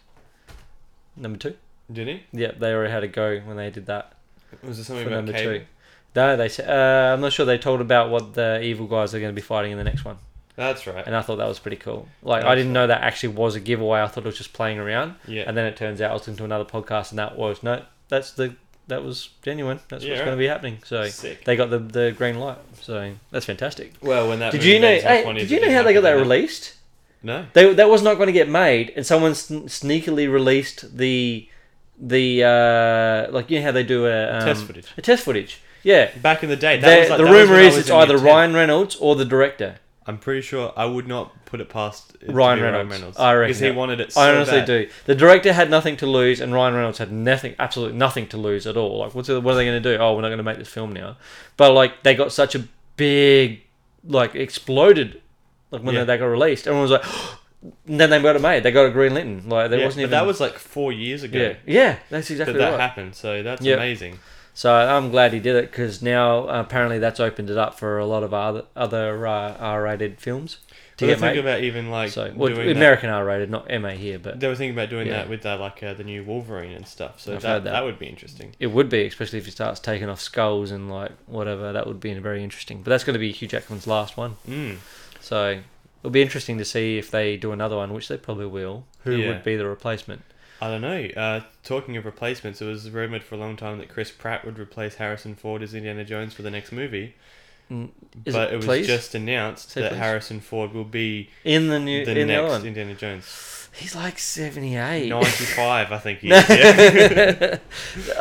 S2: number two?
S1: Did he?
S2: Yeah, they already had a go when they did that
S1: Was there
S2: for
S1: something about
S2: number
S1: cable?
S2: two. No, they said. Uh, I'm not sure they told about what the evil guys are going to be fighting in the next one,
S1: That's right.
S2: and I thought that was pretty cool. Like I
S1: That's
S2: didn't know that actually was a giveaway. I thought it was just playing around,
S1: Yeah.
S2: and then it turns out I was listening to another podcast, and that was no, that's the that was genuine. That's
S1: Yeah,
S2: what's
S1: right.
S2: going to be happening. So
S1: Sick.
S2: they got the, the green light. So that's fantastic.
S1: Well, when that
S2: Did
S1: movie
S2: you know?
S1: ends, it's
S2: Hey,
S1: funny
S2: did
S1: that
S2: you know
S1: it
S2: how they got that
S1: happened.
S2: released?
S1: No.
S2: They, that was not going to get made, and someone sn- sneakily released the the uh, like you know how they do a um,
S1: Test footage.
S2: A test footage. Yeah.
S1: Back in the day, that
S2: The,
S1: was like,
S2: the
S1: that was
S2: rumor
S1: when I
S2: is
S1: was
S2: it's
S1: in year
S2: either
S1: 10.
S2: Ryan Reynolds or the director.
S1: I'm pretty sure I would not put it past it to
S2: Ryan
S1: be
S2: Reynolds. I reckon
S1: because he
S2: that-
S1: wanted it. So
S2: I honestly
S1: bad.
S2: do. The director had nothing to lose, and Ryan Reynolds had nothing, absolutely nothing to lose at all. Like, what's what are they going to do? Oh, we're not going to make this film now. But like, they got such a big, like, exploded, like when
S1: Yeah.
S2: they got released. Everyone was like, and then they got it made. They got a green litten. Like, there
S1: Yeah,
S2: wasn't
S1: but
S2: even.
S1: that was like four years ago
S2: yeah, yeah, that's
S1: that
S2: exactly
S1: that
S2: right.
S1: happened. So that's
S2: Yeah.
S1: amazing.
S2: So I'm glad he did it because now apparently that's opened it up for a lot of other other uh, R-rated films
S1: But
S2: to
S1: I
S2: get
S1: think
S2: made.
S1: about even like
S2: so well,
S1: doing that-
S2: American R-rated, not MA here, but
S1: They were thinking about doing
S2: Yeah.
S1: that with uh, like uh, the new Wolverine and stuff. So
S2: I've
S1: that,
S2: heard
S1: that
S2: that.
S1: would be interesting.
S2: It would be, especially if he starts taking off skulls and like whatever. That would be very interesting. But that's going to be Hugh Jackman's last one,
S1: Mm.
S2: so it'll be interesting to see if they do another one, which they probably will. Who
S1: Yeah.
S2: would be the replacement?
S1: I don't know. Uh, talking of replacements, it was rumored for a long time that Chris Pratt would replace Harrison Ford as Indiana Jones for the next movie,
S2: Mm, Is
S1: but it,
S2: it,
S1: was
S2: please
S1: just announced
S2: Say
S1: that
S2: please.
S1: Harrison Ford will be
S2: in the new
S1: the
S2: in the other
S1: next
S2: one?
S1: Indiana Jones.
S2: He's like seventy eight.
S1: Ninety-five, I think he is. Yeah.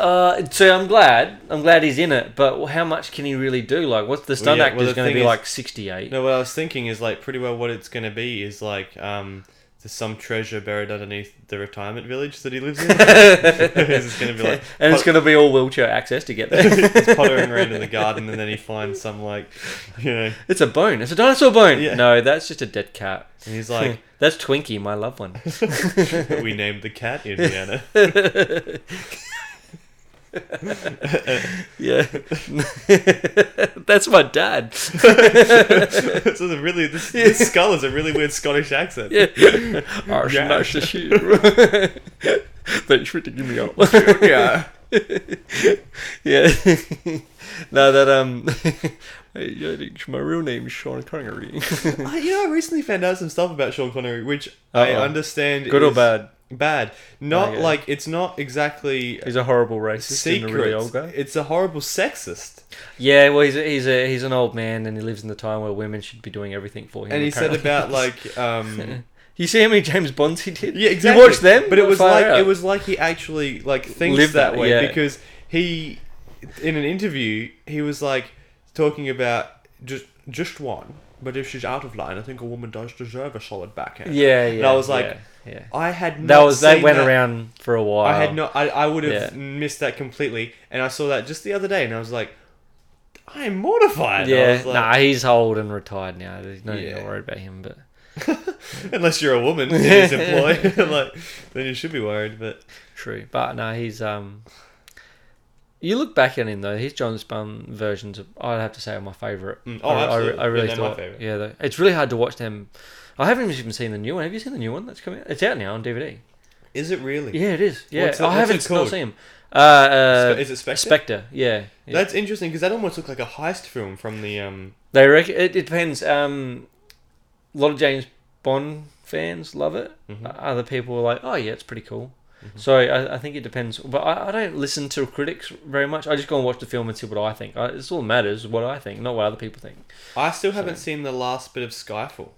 S2: uh, so I'm glad. I'm glad he's in it. But how much can he really do? Like, what's the stunt
S1: yeah, well,
S2: actor's
S1: the
S2: going to
S1: thing
S2: be
S1: is-
S2: like? Sixty eight.
S1: No, what I was thinking is like pretty well what it's going to be is like um, there's some treasure buried underneath the retirement village that he lives in. it's going to be like
S2: and it's going to be all wheelchair access to get there.
S1: he's pottering around in the garden and then he finds some like you know
S2: It's a bone. It's a dinosaur bone.
S1: Yeah.
S2: No, that's just a dead cat.
S1: and he's like
S2: that's Twinkie, my loved one.
S1: we named the cat Indiana.
S2: yeah, that's my dad.
S1: this is a really this, this skull is a really weird Scottish accent.
S2: Yeah, Arse,
S1: Yeah.
S2: nice to see you. Thanks for taking me out.
S1: yeah.
S2: yeah, no, that um, hey, yeah, it's- my real name's Sean Connery.
S1: I, you know, I recently found out some stuff about Sean Connery, which I
S2: Uh-oh.
S1: understand
S2: Good or
S1: is
S2: bad,
S1: Bad. Not
S2: Okay.
S1: like it's not exactly
S2: he's a horrible racist
S1: secret.
S2: and a really old guy.
S1: It's a horrible sexist.
S2: Yeah, well, he's a, he's a he's an old man, and he lives in the time where women should be doing everything for him.
S1: and he said
S2: apparently.
S1: about like um
S2: you see how many James Bonds he did?
S1: Yeah, exactly.
S2: You watched them,
S1: but it was
S2: Far
S1: like
S2: out.
S1: it was like he actually like thinks
S2: Lived
S1: that
S2: that,
S1: way
S2: yeah.
S1: because he, in an interview, he was like talking about just just one, but if she's out of line, I think a woman does deserve a solid backhand.
S2: Yeah, yeah.
S1: I was like,
S2: yeah, yeah.
S1: I had not
S2: that was that
S1: seen
S2: went around for a while.
S1: I had not. I, I would have
S2: Yeah.
S1: missed that completely, and I saw that just the other day, and I was like, I am mortified. I
S2: Yeah,
S1: was like,
S2: nah, he's old and retired now. There's no
S1: Yeah.
S2: yeah. worried about him, but
S1: unless you're a woman in his employ, like then you should be worried. But
S2: true. But no, he's um. You look back at him though; his John Spun versions, of, I'd have to say, are my favourite.
S1: Mm, oh,
S2: I- I,
S1: absolutely.
S2: I, really
S1: Yeah, they're my
S2: thought,
S1: favourite.
S2: yeah, they- it's really hard to watch them. I haven't even seen the new one. Have you seen the new one that's coming out? It's out now on DVD.
S1: is it really?
S2: Yeah, it is. Yeah,
S1: What's it-
S2: I
S1: what's
S2: haven't
S1: it
S2: still
S1: called?
S2: seen him. Uh, uh,
S1: Spe- is it Spectre?
S2: Spectre, yeah. yeah.
S1: That's interesting because that almost looked like a heist film from the um.
S2: They reckon it, it depends. Um, a lot of James Bond fans love it.
S1: Mhm.
S2: O- Other people are like, "Oh yeah, it's pretty cool."
S1: Mm-hmm.
S2: So I, I think it depends. But I, I don't listen to critics very much. I just go and watch the film and see what I think. I, it's all that matters what I think, not what other people think.
S1: I still haven't seen the last bit of Skyfall.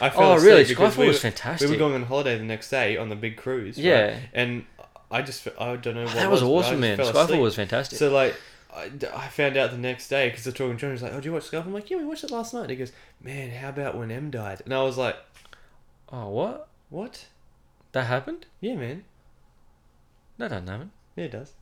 S1: I
S2: Oh
S1: asleep
S2: really?
S1: because
S2: Skyfall
S1: we
S2: was
S1: were-
S2: fantastic.
S1: We were going on holiday the next day on the big cruise. right?
S2: Yeah.
S1: and I just fe- I don't know.
S2: Oh,
S1: What
S2: that was
S1: it but I
S2: awesome, man.
S1: just fell
S2: Skyfall
S1: asleep.
S2: was fantastic.
S1: So like. I, d- I found out the next day because they're talking to John. He's like, "Oh, did you watch Skyfall?" I'm like, "Yeah, we watched it last night." And he goes, "Man, how about when M died?" And I was like,
S2: oh what?
S1: "What?
S2: That happened?
S1: Yeah, man.
S2: No, that didn't happen.
S1: Yeah, it does."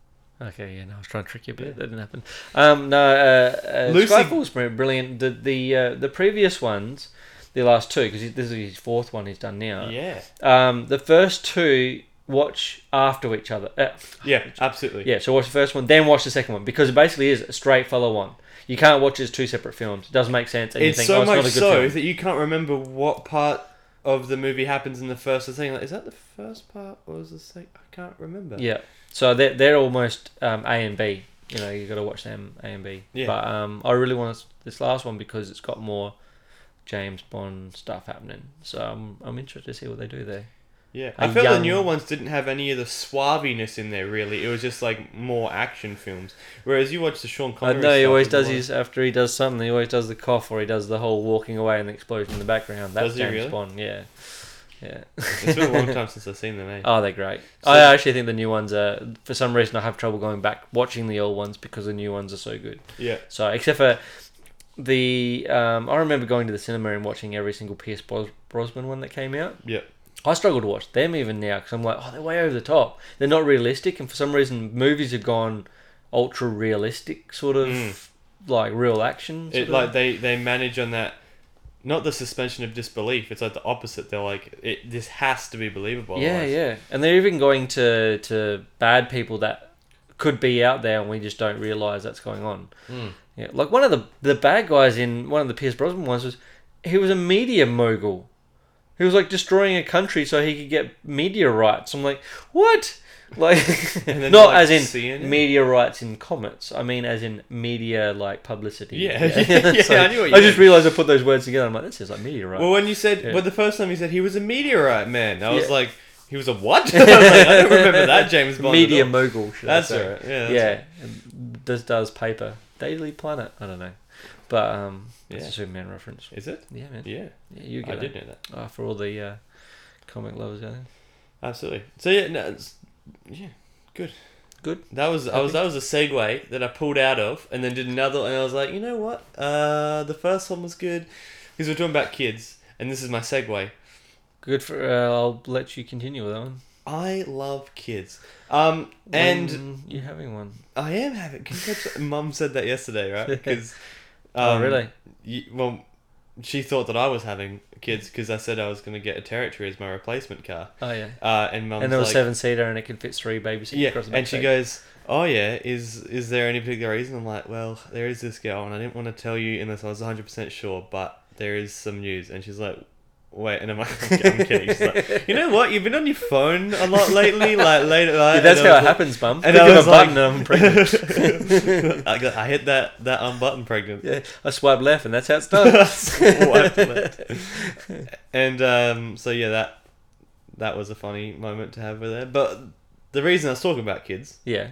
S2: Okay, yeah, no, I was trying to trick you, but
S1: Yeah.
S2: that didn't happen. Um, no, uh, uh,
S1: Lucy-
S2: Skyfall was br- brilliant. The the uh, the previous ones, the last two, because this is his fourth one he's done now.
S1: Yeah,
S2: Um, the first two watch after each other. Uh,
S1: yeah, absolutely.
S2: yeah, so watch the first one, then watch the second one, because it basically is a straight follow on. You can't watch it as two separate films. It doesn't make sense. And
S1: It's
S2: you think,
S1: so
S2: oh, it's
S1: much
S2: not a good
S1: so
S2: film.
S1: that you can't remember what part of the movie happens in the first thing. Like, is that the first part or is the second? I can't remember.
S2: Yeah. So they're, they're almost um, A and B. You know, you got to watch them A and B.
S1: Yeah.
S2: But um, I really want this last one because it's got more James Bond stuff happening. So I'm, I'm interested to see what they do there.
S1: Yeah,
S2: A
S1: I felt the
S2: young-
S1: newer ones didn't have any of the suaviness in there. Really, it was just like more action films. Whereas you watch the Sean
S2: I
S1: Connery.
S2: know he
S1: stuff,
S2: always
S1: it's more-
S2: does his after he does something. He always does the cough or he does the whole walking away and the explosion in the background. That's
S1: Does he
S2: James
S1: really?
S2: Bond. Yeah, yeah.
S1: It's been a long time since I've seen them. Eh?
S2: Oh, they're great.
S1: So-
S2: I actually think the new ones are. For some reason, I have trouble going back watching the old ones because the new ones are so good.
S1: Yeah,
S2: So except for the, um, I remember going to the cinema and watching every single Pierce Bros- Brosnan one that came out.
S1: Yep.
S2: I struggle to watch them even now because I'm like, oh, they're way over the top. They're not realistic, and for some reason, movies have gone ultra realistic, sort of
S1: Mm.
S2: like real action.
S1: it,
S2: Sort of.
S1: like they they manage on that. Not the suspension of disbelief. It's like the opposite. They're like, it, this has to be believable.
S2: yeah,
S1: otherwise.
S2: yeah, and they're even going to to bad people that could be out there, and we just don't realize that's going on.
S1: Mm.
S2: Yeah, like one of the the bad guys in one of the Pierce Brosnan ones was he was a media mogul. He was like destroying a country so he could get media rights. I'm like, what? Like,
S1: And then
S2: not
S1: like,
S2: as in
S1: CNN.
S2: media rights in comments. I mean, as in media like publicity.
S1: Yeah, yeah,
S2: So
S1: I knew what you
S2: I just
S1: meant.
S2: realized I put those words together. I'm like, this is like media rights.
S1: Well, when you said,
S2: Yeah.
S1: well, the first time you said he was a meteorite man, I was
S2: Yeah.
S1: like, he was a what? I, was like, I don't remember that James Bond. at
S2: media
S1: all.
S2: mogul. Should
S1: That's
S2: I say.
S1: right. Yeah. That's right.
S2: yeah, this does paper. Daily Planet. I don't know, but um, it's
S1: Yeah.
S2: a Superman reference.
S1: Is it?
S2: Yeah, man.
S1: Yeah.
S2: Yeah, you get
S1: I
S2: it.
S1: did know that.
S2: uh, for all the uh, comic lovers out there.
S1: Absolutely. So yeah, no, it's, yeah, good.
S2: Good.
S1: That was I was that was a segue that I pulled out of, and then did another, and I was like, you know what? Uh, the first one was good because we're talking about kids, and this is my segue.
S2: Good for. Uh, I'll let you continue with that one.
S1: I love kids. Um, and
S2: When you having one?
S1: I am having. congrats- Mum said that yesterday, right? Because
S2: oh, really?
S1: Um, y well, she thought that I was having kids because I said I was going to get a territory as my replacement car,
S2: Oh yeah.
S1: uh, and Mum's
S2: And there was
S1: like,
S2: seven seater, and it could fit three babies
S1: yeah,
S2: across the
S1: and she
S2: backside.
S1: goes, "Oh yeah, is is there any particular reason?" I'm like, "Well, there is this girl, and I didn't want to tell you unless I was 100 percent sure, but there is some news." And she's like, "Wait," and I'm like, "I'm kidding." She's like, "You know what? You've been on your phone a lot lately, like late at night."
S2: Yeah, that's
S1: And
S2: how
S1: I
S2: it
S1: was like-
S2: happens, Mum.
S1: and
S2: Click
S1: I
S2: on a
S1: was like-
S2: button and I'm pregnant.
S1: I, got, I hit that that unbutton pregnant.
S2: yeah, I swipe left, and that's how it's done.
S1: Swipe left. and um, so yeah, that that was a funny moment to have with her. But the reason I was talking about kids
S2: yeah.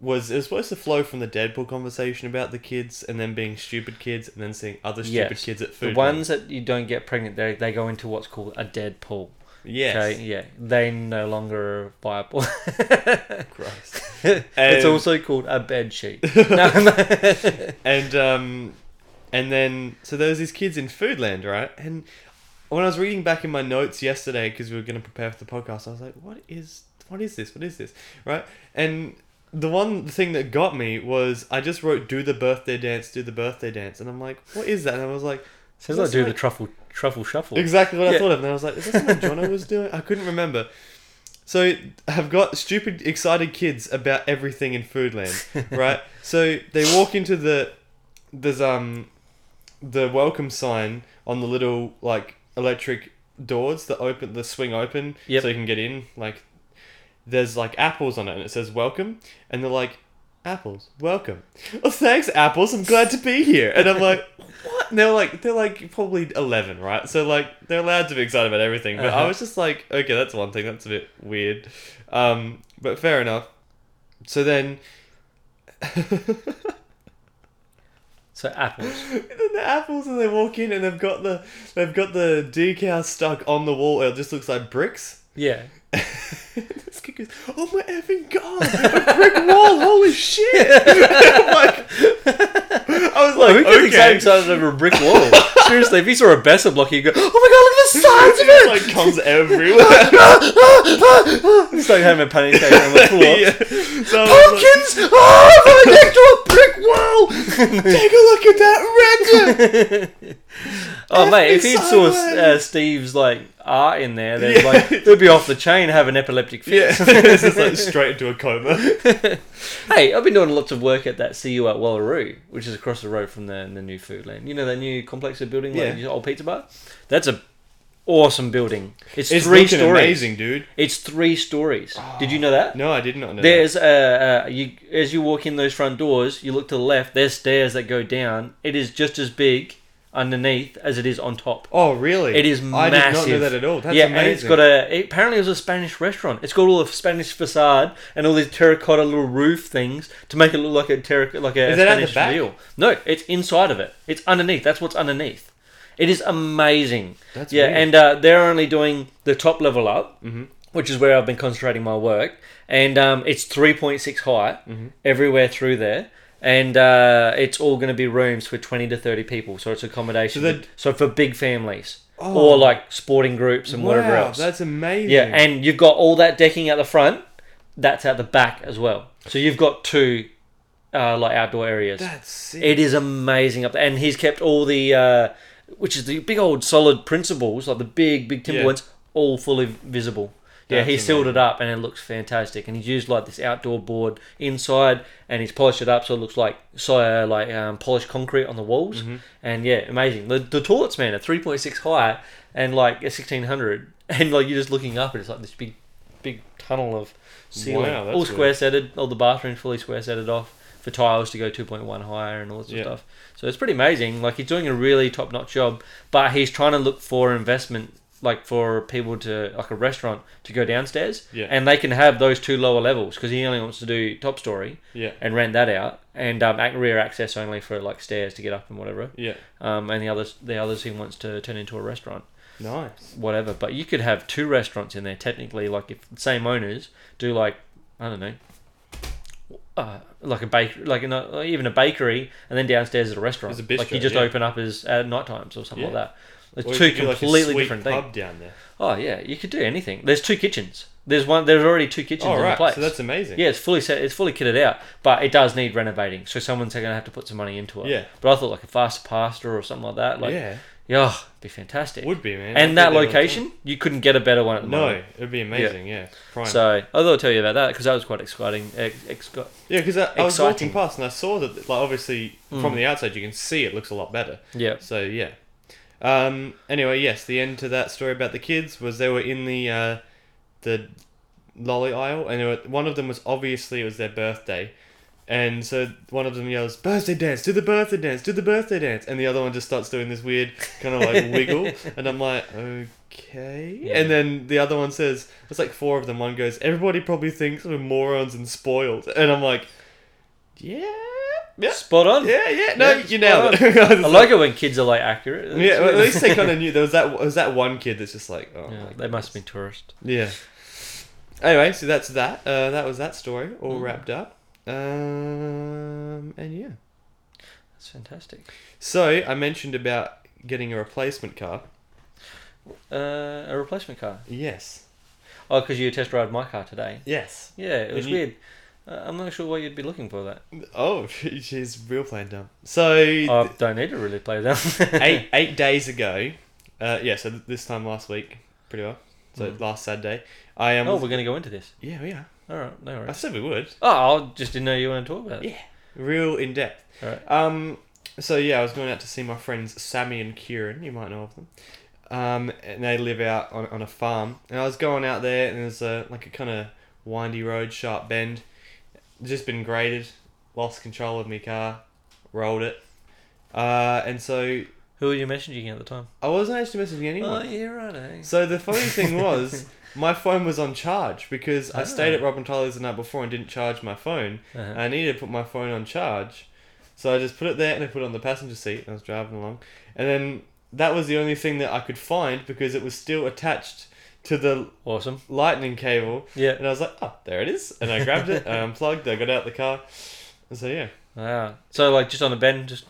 S1: was it was supposed to flow from the Deadpool conversation about the kids and then being stupid kids and then seeing other stupid
S2: Yes.
S1: kids at
S2: The
S1: food.
S2: ones that you don't get pregnant, they they go into what's called a dead pool.
S1: yes,
S2: Okay, yeah, they no longer are viable.
S1: Christ.
S2: it's
S1: And-
S2: also called a bed sheet. No, no.
S1: And um, and then so there was these kids in Foodland, right? And when I was reading back in my notes yesterday because we were going to prepare for the podcast, I was like, "What is what is this? What is this?" Right? And the one thing that got me was I just wrote "Do the birthday dance, do the birthday dance," and I'm like, "What is that?" And I was like,
S2: Sounds like
S1: That's
S2: do the
S1: right.
S2: truffle truffle shuffle.
S1: Exactly what I
S2: Yeah.
S1: thought of. And I was like, is that something Jono was doing? I couldn't remember. So I've got stupid, excited kids about everything in Foodland, right? so they walk into the there's um the welcome sign on the little like electric doors that open the swing open
S2: Yep.
S1: so you can get in. Like there's like apples on it and it says welcome, and they're like apples welcome. Well, thanks apples. I'm glad to be here. And I'm like, what? And they're like, they're like probably eleven, right? So like, they're allowed to be excited about everything. But I
S2: Uh-huh.
S1: was just like, okay, that's one thing. That's a bit weird, um, but fair enough. So then,
S2: So apples.
S1: And then the apples, and they walk in, and they've got the they've got the decal stuck on the wall. It just looks like bricks.
S2: Yeah.
S1: this kid goes, "Oh my effing god! A brick wall! Holy shit!" I'm like, I was like,
S2: who gets
S1: okay.
S2: excited, excited over a brick wall? Seriously, if you saw a Besser block, you'd go, oh my god, look at the size of it!
S1: It's like comes everywhere.
S2: It's like having a panic attack on the floor.
S1: Yeah. So I was like,
S2: Pumpkins! Oh, I'm right next to a brick wall!
S1: Take a look at that render.
S2: oh, mate, if
S1: Every
S2: you saw
S1: side.
S2: uh, Steve's, like, art in there, they'd,
S1: Yeah.
S2: like, they'd be off the chain having epileptic
S1: Yeah,
S2: fits.
S1: it's just like straight into a coma.
S2: Hey, I've been doing lots of work at that CU at Wallaroo, which is across the road from the, the new Foodland. You know that new complex they're building, like
S1: Yeah.
S2: the old pizza bar. That's a awesome building. It's,
S1: It's
S2: three
S1: looking
S2: stories.
S1: amazing, dude.
S2: It's three stories. Did you know that?
S1: No, I did not know.
S2: There's uh, uh, you as you walk in those front doors, you look to the left. There's stairs that go down. It is just as big underneath as it is on top.
S1: Oh, really?
S2: It is
S1: I did not know
S2: massive.
S1: that at all. That's
S2: yeah,
S1: amazing.
S2: and it's got a. It, apparently, it was a Spanish restaurant. It's got all the Spanish facade and all these terracotta little roof things to make it look like a terracotta, like a
S1: Is that at the
S2: Spanish
S1: back?
S2: meal. No, it's inside of it. It's underneath. That's what's underneath. It is amazing.
S1: That's
S2: yeah,
S1: weird.
S2: and uh, they're only doing the top level up,
S1: Mhm.
S2: which is where I've been concentrating my work. And um, it's three point six high
S1: Mm-hmm.
S2: everywhere through there. And uh, it's all going to be rooms for twenty to thirty people, so it's accommodation.
S1: So that-
S2: so for big families
S1: Oh.
S2: or like sporting groups and whatever
S1: Wow,
S2: else.
S1: That's amazing.
S2: Yeah, and you've got all that decking at the front. That's at the back as well. So you've got two uh, like outdoor areas.
S1: that's sick.
S2: it is amazing up there, and he's kept all the uh, which is the big old solid principles, like the big big timber
S1: Yeah.
S2: ones, all fully visible. Yeah,
S1: That's
S2: he sealed it up and it looks fantastic. And he's used like this outdoor board inside, and he's polished it up so it looks like so uh, like um, polished concrete on the walls.
S1: Mm-hmm.
S2: And yeah, amazing. The, the toilets, man, are three point six high and like a sixteen hundred, and like you're just looking up and it's like this big, big tunnel of ceiling,
S1: Wow, that's
S2: all square setted, all the bathrooms fully square setted off for tiles to go two point one higher and all that sort
S1: Yeah.
S2: of stuff. So it's pretty amazing. Like he's doing a really top notch job, but he's trying to look for investment, like for people to like a restaurant to go downstairs,
S1: Yeah.
S2: and they can have those two lower levels because he only wants to do top story
S1: yeah,
S2: and rent that out, and um, ac- rear access only for like stairs to get up and whatever.
S1: yeah.
S2: Um, and the others, the others he wants to turn into a restaurant,
S1: Nice.
S2: whatever. But you could have two restaurants in there technically, like if the same owners do like I don't know. Uh, like a bakery, like not, even a bakery, and then downstairs is a restaurant.
S1: There's a bistro,
S2: like you just
S1: yeah.
S2: open up as at night times or something
S1: Yeah.
S2: like that. It's
S1: Or you
S2: two
S1: could do, like, a
S2: completely
S1: sweet
S2: different things.
S1: pub down there.
S2: Oh yeah, you could do anything. There's two kitchens. There's one. There's already two kitchens
S1: All
S2: in the
S1: Oh, right,
S2: place.
S1: so that's amazing.
S2: Yeah, it's fully set. It's fully kitted out, but it does need renovating. So someone's going to have to put some money into it.
S1: Yeah.
S2: But I thought like a faster pasta or something like that. Like, yeah,
S1: yeah,
S2: it'd be fantastic.
S1: would be man.
S2: and
S1: I'd
S2: that
S1: be there all the time.
S2: location, you couldn't get a better one at the
S1: No,
S2: moment.
S1: it'd be amazing. Yeah, prime.
S2: So I thought I'd tell you about that because that was quite exciting. Ex- ex- got-
S1: yeah, because I, I was
S2: Exciting.
S1: walking past and I saw that. Like, obviously, from
S2: Mm.
S1: the outside, you can see it looks a lot better.
S2: yeah.
S1: So yeah. Um. Anyway, yes. The end to that story about the kids was they were in the uh, the lolly aisle, and they were, one of them was obviously it was their birthday, and so one of them yells, "Birthday dance! Do the birthday dance! Do the birthday dance!" And the other one just starts doing this weird kind of like wiggle, and I'm like, okay.
S2: Yeah.
S1: And then the other one says, "It's like four of them." One goes, "Everybody probably thinks we're morons and spoiled," and I'm like, yeah, yeah.
S2: Spot on.
S1: Yeah, yeah, no,
S2: Yeah,
S1: you nailed it. I was
S2: I like it when kids are like accurate. That's
S1: yeah, well, at
S2: really-
S1: least they kind of knew. There was that. there Was that one kid that's just like, oh,
S2: Yeah,
S1: my
S2: they
S1: goodness.
S2: must have been tourists.
S1: Yeah. Anyway, so that's that. Uh, that was that story all
S2: Mm.
S1: wrapped up. Um, and yeah.
S2: That's fantastic.
S1: So I mentioned about getting a replacement car.
S2: Uh, a replacement car.
S1: Yes.
S2: Oh, because you test ride my car today.
S1: Yes.
S2: Yeah, it was
S1: And you-
S2: weird. Uh, I'm not sure why you'd be looking for that.
S1: Oh, she's real plain dumb. So
S2: I Oh, don't need to really play that.
S1: eight eight days ago, uh, yeah. So this time last week, pretty well. So
S2: Mm.
S1: last Saturday, I am.
S2: oh, we're going to go into this.
S1: yeah, we are.
S2: All right, no
S1: I
S2: worries.
S1: said we would.
S2: Oh, I just didn't know you wanted to talk about it.
S1: Yeah. Real in depth.
S2: All right.
S1: Um, so yeah, I was going out to see my friends Sammy and Kieran. You might know of them. Um, and they live out on, on a farm. And I was going out there, and there's a like a kind of windy road, sharp bend. Just been graded. Lost control of my car. Rolled it. Uh, and so
S2: Who were you messaging at the time?
S1: I wasn't actually messaging anyone.
S2: Oh, yeah, right. eh?
S1: So the funny thing was, my phone was on charge because I stayed at Robin Tyler's the night before and didn't charge my phone.
S2: Uh-huh.
S1: I needed to put my phone on charge, so I just put it there and I put it on the passenger seat. And I was driving along, and then that was the only thing that I could find because it was still attached to the
S2: Awesome.
S1: lightning cable.
S2: Yeah.
S1: And I was like, "Oh, there it is!" And I grabbed it, I unplugged, I got out the car. And so yeah,
S2: Wow. Ah. So, like, just on a bend, just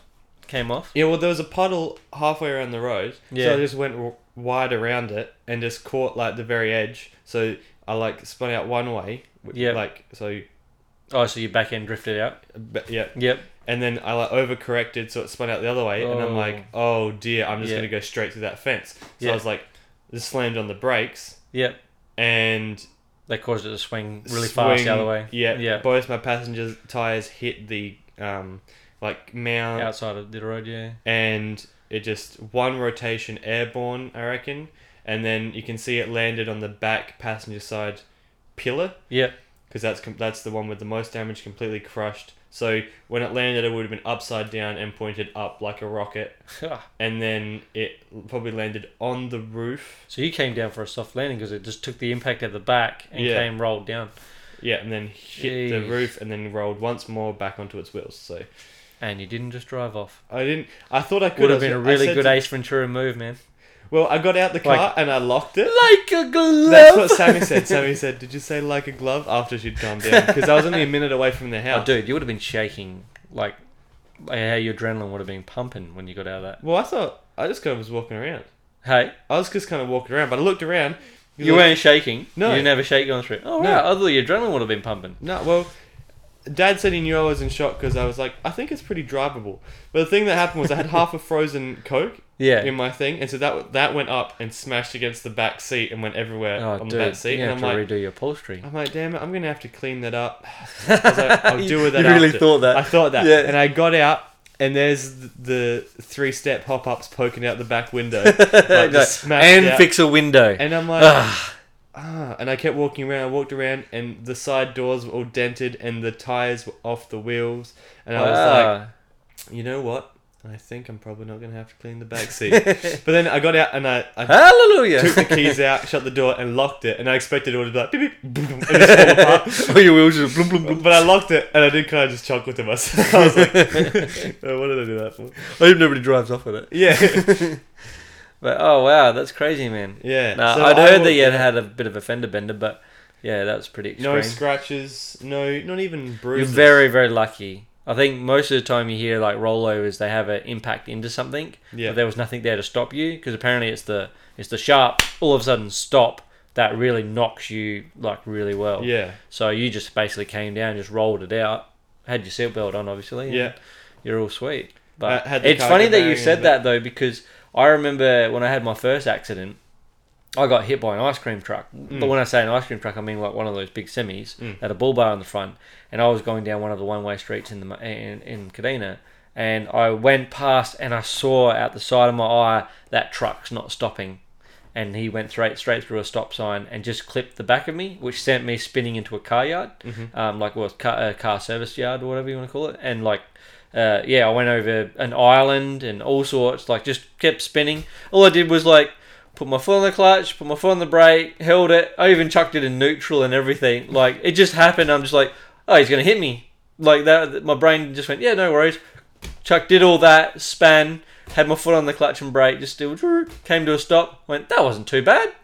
S2: came off.
S1: yeah. Well, there was a puddle halfway around the road, so
S2: Yeah.
S1: I just went w- wide around it and just caught like the very edge. So I like spun out one way, w-
S2: Yeah.
S1: Like so,
S2: Oh, so your back end drifted out.
S1: but, yeah.
S2: Yep.
S1: and then I like overcorrected, so it spun out the other way, and I'm like, oh dear, I'm just
S2: Yeah.
S1: gonna go straight through that fence. So
S2: Yeah.
S1: I was like, just slammed on the brakes
S2: Yep.
S1: and
S2: They caused it to swing really fast the
S1: swing-
S2: other way.
S1: Yeah,
S2: Yeah.
S1: Both my passengers' tires hit the um, like mound,
S2: Outside of the road, yeah.
S1: and it just one rotation airborne, I reckon, and then you can see it landed on the back passenger side pillar.
S2: Yep.
S1: because that's com- that's the one with the most damage, completely crushed. So when it landed, it would have been upside down and pointed up like a rocket, and then it probably landed on the roof.
S2: so he came down for a soft landing because it just took the impact at the back and
S1: Yeah.
S2: came rolled down
S1: Yeah, and then hit the
S2: Jeez.
S1: roof, and then rolled once more back onto its wheels. So
S2: and he didn't just drive off
S1: I didn't. I thought I could.
S2: would have
S1: I
S2: been a
S1: said- I
S2: really
S1: said
S2: good
S1: to-
S2: ace ventura move man
S1: Well, I got out the car
S2: Like-
S1: and I locked it.
S2: like a glove
S1: That's what Sammy said. Sammy said, "Did you say like a glove?" After she'd calmed down, because I was only a minute away from the
S2: oh
S1: house.
S2: dude you would have been shaking like like how your adrenaline would have been pumping when you got out of that
S1: Well, I thought I just kind of was walking around.
S2: hey
S1: I was just kind of walking around, but I looked around.
S2: you
S1: like,
S2: weren't shaking
S1: No.
S2: you didn't have a shake going through oh
S1: No.
S2: right I thought your adrenaline would have been pumping
S1: No, well, Dad said he knew I was in shock because I was like, I think it's pretty drivable. But the thing that happened was I had half a frozen Coke
S2: yeah
S1: in my thing, and so that that went up and smashed against the back seat and went everywhere
S2: oh
S1: on
S2: dude
S1: the back seat.
S2: you
S1: And
S2: have
S1: I'm
S2: to
S1: like,
S2: redo your upholstery
S1: I'm like, damn it, I'm gonna have to clean that up. I was like, I'll deal with that.
S2: you really
S1: after.
S2: thought that
S1: I thought that,
S2: Yeah.
S1: and I got out. And there's th- the three-step pop-ups poking out the back window, like, just smashed
S2: and
S1: out.
S2: fix a window.
S1: And I'm like,
S2: Ugh.
S1: Ah, and I kept walking around. I walked around, and the side doors were all dented, and the tires were off the wheels. And I was
S2: Ah.
S1: like, you know what? I think I'm probably not going to have to clean the back seat. but then I got out and I, I
S2: hallelujah.
S1: took the keys out, shut the door, and locked it. And I expected it would be like, beep, beep, boom, and just fall apart.
S2: oh, your wheels just blum, blum, blum.
S1: But I locked it, and I did kind of just chuckle to myself. I was like, "Oh, what did I do that for?
S2: I hope Oh, nobody drives off with it.
S1: Yeah.
S2: But oh wow, that's crazy, man.
S1: Yeah.
S2: Nah,
S1: So
S2: I'd
S1: I
S2: heard that
S1: walked
S2: you had
S1: around.
S2: had a bit of a fender bender, but yeah, that was pretty extreme.
S1: No scratches, no, not even
S2: You're
S1: bruises.
S2: very, very lucky. I think most of the time you hear like rollovers, they have an impact into something,
S1: Yeah.
S2: but there was nothing there to stop you because apparently it's the it's the sharp all of a sudden stop that really knocks you like really well.
S1: Yeah.
S2: So you just basically came down, just rolled it out, had your seatbelt on, obviously. and
S1: Yeah.
S2: You're all sweet.
S1: Uh,
S2: But
S1: had the
S2: it's
S1: cargo
S2: funny that
S1: bearing
S2: you
S1: in
S2: said
S1: the
S2: that though, because I remember when I had my first accident, I got hit by an ice cream truck.
S1: Mm.
S2: But when I say an ice cream truck, I mean like one of those big semis that had a bull bar on the front, and I was going down one of the one-way streets in the in, in Kadena. And I went past, and I saw out the side of my eye that truck's not stopping, and he went straight straight through a stop sign and just clipped the back of me, which sent me spinning into a car yard, um, like well, car, uh, car service yard or whatever you want to call it, and like. Uh, yeah, I went over an island and all sorts, like just kept spinning. All I did was like put my foot on the clutch, put my foot on the brake, held it. I even chucked it in neutral and everything. Like it just happened. I'm just like, oh, he's gonna hit me. Like that, my brain just went, yeah, no worries. Chuck did all that, span, had my foot on the clutch and brake, just still came to a stop. Went, that wasn't too bad.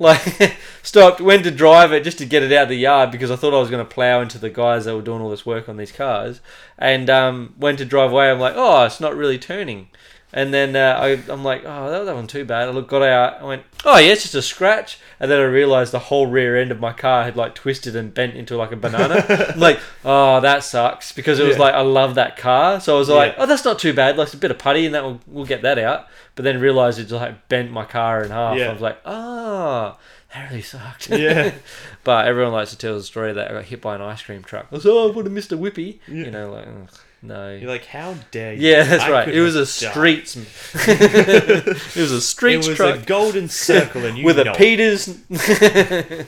S2: Like stopped, went to drive it just to get it out of the yard because I thought I was going to plow into the guys that were doing all this work on these cars. And um, went to drive away. I'm like, oh, it's not really turning. And then uh, I, I'm like, oh, that, that wasn't too bad. I look, got out. I went, oh yeah, it's just a scratch. And then I realised the whole rear end of my car had like twisted and bent into like a banana. I'm like, oh, that sucks because it was
S1: Yeah.
S2: like I love that car, so I was like,
S1: Yeah.
S2: oh, that's not too bad. Like it's a bit of putty, and that will we'll get that out. But then realised it like bent my car in half.
S1: Yeah.
S2: I was like, oh, that really sucked.
S1: Yeah.
S2: but everyone likes to tell the story that I got hit by an ice cream truck. I was oh, I would have missed a whippy.
S1: Yeah.
S2: You know, like ugh, no.
S1: You're like, how dare you?
S2: Yeah, that's
S1: I
S2: right.
S1: could
S2: It was a
S1: have died."
S2: streets. it was a
S1: It
S2: streets
S1: was
S2: truck
S1: a golden circle, and you
S2: with
S1: know
S2: a
S1: it.
S2: Peters.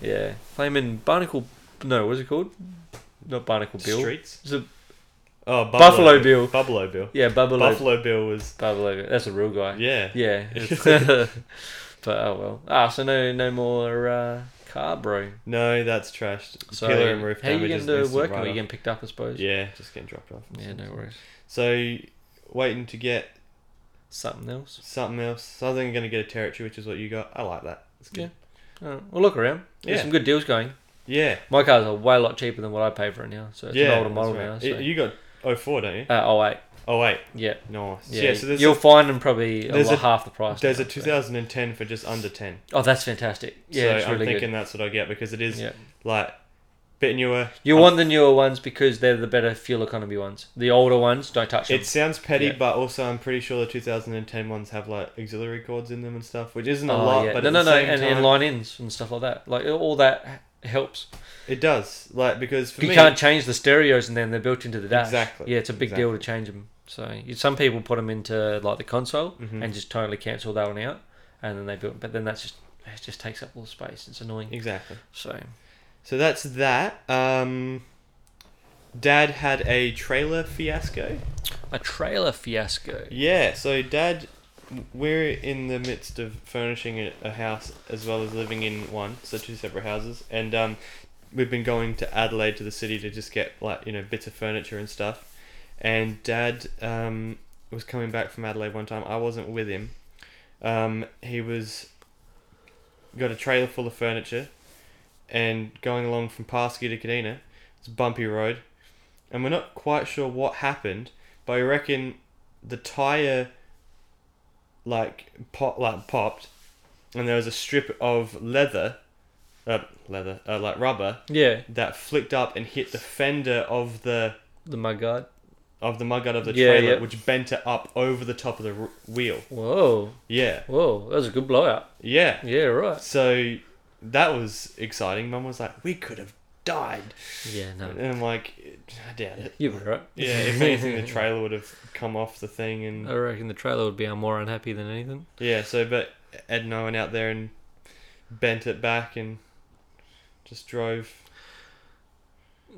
S2: yeah, flaming barnacle. No, what's it called? Not barnacle bill.
S1: Streets.
S2: It's a-
S1: Oh, Buffalo,
S2: Buffalo Bill.
S1: Buffalo Bill.
S2: yeah, bubble.
S1: Buffalo Bill was
S2: Buffalo. Bill. That's a real guy.
S1: yeah.
S2: Yeah. it's- but oh well. Ah, so no, no more uh, car, bro.
S1: No, that's trashed.
S2: So
S1: Pillar and roof
S2: how are you
S1: damages
S2: getting to
S1: needs to
S2: work? Are
S1: write
S2: you
S1: off.
S2: getting picked up? I suppose.
S1: Yeah, just getting dropped off.
S2: Yeah. No worries.
S1: So waiting to get
S2: Something else.
S1: something else. So I think I'm gonna get a territory, which is what you got. I like that. It's good.
S2: Oh, well, look around. There's
S1: Yeah.
S2: some good deals going.
S1: Yeah.
S2: My car's a way lot cheaper than what I pay for it now. So
S1: Yeah.
S2: it's an older
S1: that's
S2: model
S1: right.
S2: now. So.
S1: Y- You got 04, don't you?
S2: uh, oh wait.
S1: Oh wait,
S2: Yeah.
S1: nice.
S2: Yeah.
S1: Yeah. so there's
S2: You'll
S1: a,
S2: find them probably a
S1: there's
S2: lot,
S1: a-
S2: half the price.
S1: there's
S2: now,
S1: a
S2: so-
S1: 2010 for just under 10.
S2: Oh, that's fantastic. Yeah,
S1: so
S2: it's
S1: I'm
S2: really
S1: thinking that's what I get because it
S2: good.
S1: is
S2: Yeah.
S1: like bit newer.
S2: You
S1: I'm
S2: want the newer ones because they're the better fuel economy ones. The older ones, don't touch them.
S1: It sounds petty,
S2: Yeah.
S1: but also I'm pretty sure the 2010 ones have like auxiliary cords in them and stuff, which isn't a
S2: Oh,
S1: lot.
S2: yeah.
S1: But
S2: no,
S1: at
S2: no,
S1: the
S2: no,
S1: same
S2: and,
S1: time,
S2: and line ins and stuff like that. Like all that h- helps.
S1: it does. Like because for
S2: you
S1: me,
S2: can't change the stereos, and then they're built into the dash.
S1: Exactly,
S2: Yeah, it's a big deal to change them. So you, some people put them into like the console
S1: Mhm.
S2: and just totally cancel that one out, and then they built. But then that's just it just takes up all the space. It's annoying.
S1: exactly.
S2: So
S1: So that's that. Um, Dad had a trailer fiasco.
S2: A trailer fiasco.
S1: Yeah, so Dad, we're in the midst of furnishing a, a house as well as living in one, so two separate houses, and um, we've been going to Adelaide to the city to just get like you know bits of furniture and stuff. And Dad um, was coming back from Adelaide one time. I wasn't with him. Um, he was got a trailer full of furniture, and going along from Parsky to Kadena, it's a bumpy road, and we're not quite sure what happened, but I reckon the tire like pop like popped, and there was a strip of leather, uh, leather uh, like rubber
S2: Yeah,
S1: that flicked up and hit the fender of the
S2: the mudguard.
S1: of the mudguard of the
S2: Yeah,
S1: trailer,
S2: yeah.
S1: which bent it up over the top of the r- wheel.
S2: Whoa,
S1: Yeah,
S2: whoa, that was a good blowout.
S1: yeah.
S2: Yeah, right.
S1: So that was exciting. Mum was like, "We could have died,"
S2: Yeah, no,
S1: and I'm like, "I doubt it."
S2: you were right.
S1: Yeah, if anything, the trailer would have come off the thing,
S2: I
S1: and
S2: reckon the trailer would be more unhappy than anything.
S1: yeah. So, but Ed and I went out there and bent it back and just drove.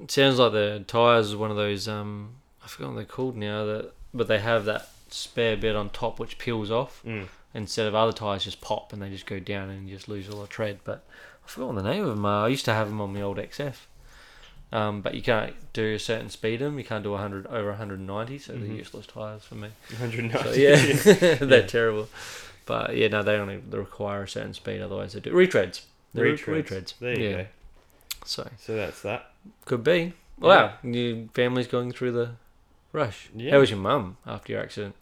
S2: It sounds like the tires is one of those. Um, I forgot what they're called now. That but they have that spare bit on top which peels off
S1: Mm.
S2: instead of other tires just pop and they just go down and you just lose all the tread. But I forgot what the name of them are. I used to have them on the old XF. Um, but you can't do a certain speed in 'em. You can't do 100 over 190, so they're
S1: Mhm.
S2: useless tires for me.
S1: 190.
S2: So, yeah, they're
S1: Yeah.
S2: terrible. But yeah, no, they only they require a certain speed. Otherwise, they do retreads. They're re-
S1: Retreads. There you
S2: yeah.
S1: go.
S2: So
S1: So that's that.
S2: could be.
S1: Yeah.
S2: Wow, your family's going through the rush.
S1: Yeah.
S2: How was your mum after your accident?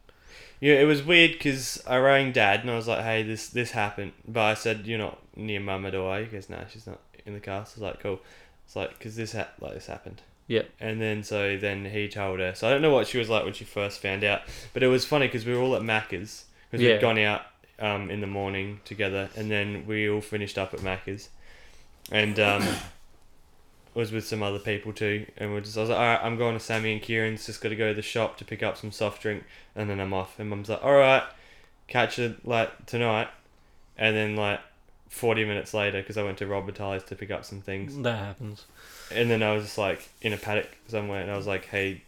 S1: Yeah, it was weird because I rang dad and I was like, "Hey, this this happened," but I said, "You're not near mum at all." Are you? He goes, "No, she's not in the car." So I was like, "Cool." It's like because this ha- like this happened.
S2: Yeah.
S1: And then so then he told her. So I don't know what she was like when she first found out, but it was funny because we were all at Macca's because
S2: Yeah.
S1: we'd gone out um, in the morning together, and then we all finished up at Macca's, and um, was with some other people too, and we're just I was like, all right, I'm going to Sammy and Kieran's, just got to go to the shop to pick up some soft drink, and then I'm off. And Mum's like, all right, catch you like tonight, and then like. 40 minutes later because I went to Rob Batali's to pick up some things
S2: That happens.
S1: and then I was just like in a paddock somewhere, and I was like, "Hey,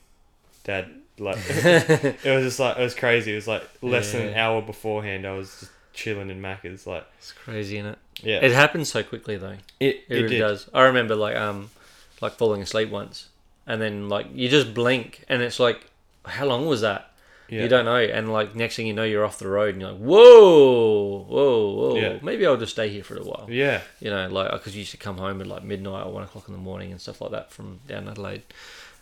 S1: Dad!" Like it
S2: yeah,
S1: was just like it was crazy. It was like less than an
S2: Yeah.
S1: hour beforehand. I was just chilling in Macca's. Like
S2: it's crazy, isn't it?
S1: yeah,
S2: It happens so quickly though.
S1: it,
S2: It, really does. I remember like um, like falling asleep once, and then like you just blink, and it's like, how long was that?
S1: Yeah.
S2: You don't know, and like next thing you know, you're off the road, and you're like, whoa, whoa, whoa.
S1: Yeah.
S2: Maybe I'll just stay here for a while.
S1: Yeah,
S2: You know, like because you used to come home at like midnight or one o'clock in the morning and stuff like that from down Adelaide,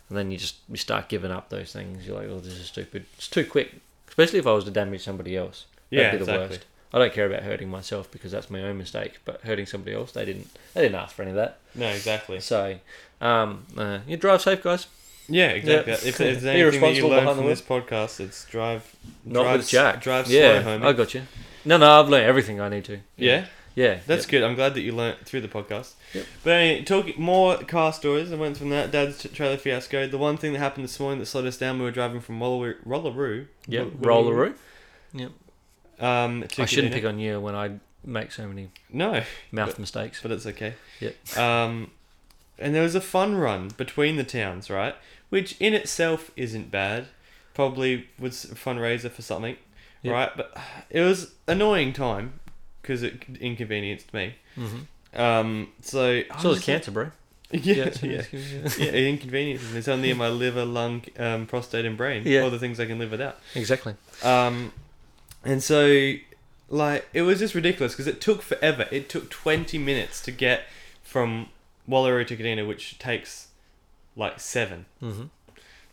S2: and then you just you start giving up those things. You're like, oh, this is stupid. It's too quick, especially if I was to damage somebody else. That'd
S1: Yeah,
S2: be the
S1: exactly.
S2: worst. I don't care about hurting myself because that's my own mistake, but hurting somebody else, they didn't they didn't ask for any of that.
S1: no, exactly.
S2: So, um, uh, you drive safe, guys.
S1: Yeah, exactly.
S2: Yeah.
S1: If there's
S2: Be
S1: anything that you
S2: responsible
S1: learn
S2: behind
S1: from
S2: the
S1: this podcast, it's drive.
S2: Not
S1: drive,
S2: with Jack.
S1: Drive
S2: yeah,
S1: slow, homie.
S2: I got you. No, no, I've learned everything I need to.
S1: yeah,
S2: yeah,
S1: that's
S2: yeah.
S1: good. I'm glad that you learnt through the podcast.
S2: Yep.
S1: But anyway, talking more car stories. I went from that Dad's t- trailer fiasco. The one thing that happened this morning that slowed us down. We were driving from Wallaroo. Rollaroo.
S2: yeah.
S1: Wall-
S2: Rolleroo.
S1: Um, to
S2: I shouldn't
S1: Kadena.
S2: pick on you when I make so many
S1: No,
S2: mouth mistakes.
S1: but it's okay.
S2: Yep.
S1: Um, and there was a fun run between the towns, right? Which in itself isn't bad. Probably was a fundraiser for something,
S2: Yep.
S1: right? But it was annoying time because it inconvenienced me.
S2: Mm-hmm.
S1: Um, so I
S2: So
S1: was just-
S2: it's Canterbury.
S1: Yeah, yeah.
S2: yeah. yeah.
S1: Yeah, it inconveniences me. It's only in my liver, lung, um, prostate, and brain.
S2: Yeah.
S1: All the things I can live without.
S2: Exactly.
S1: Um, and so, like, it was just ridiculous because it took forever. It took 20 minutes to get from Wallaroo to Kadena, which takes like seven.
S2: hmm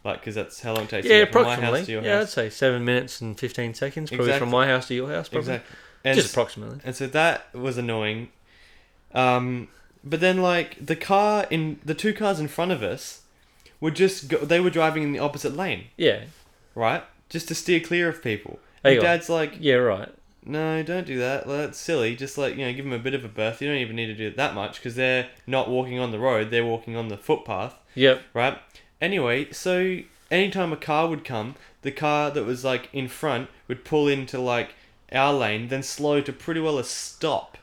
S1: Like, because that's how long it takes
S2: Yeah,
S1: to get from my house to
S2: approximately.
S1: your
S2: Yeah, I'd
S1: house.
S2: say seven minutes and fifteen seconds, probably
S1: Exactly.
S2: from my house to your house, probably.
S1: Exactly. And,
S2: Just
S1: s-
S2: approximately.
S1: and so that was annoying. Um, but then, like, the car in the two cars in front of us were just, go- they were driving in the opposite lane,
S2: Yeah.
S1: right? Just to steer clear of people.
S2: Hang
S1: And
S2: on.
S1: Dad's like,
S2: Yeah. Right.
S1: No, don't do that. Well, that's silly. Just like you know, give them a bit of a berth. You don't even need to do it that much because they're not walking on the road. They're walking on the footpath,
S2: Yep.
S1: right? Anyway, so anytime a car would come, the car that was like in front would pull into like our lane, then slow to pretty well a stop,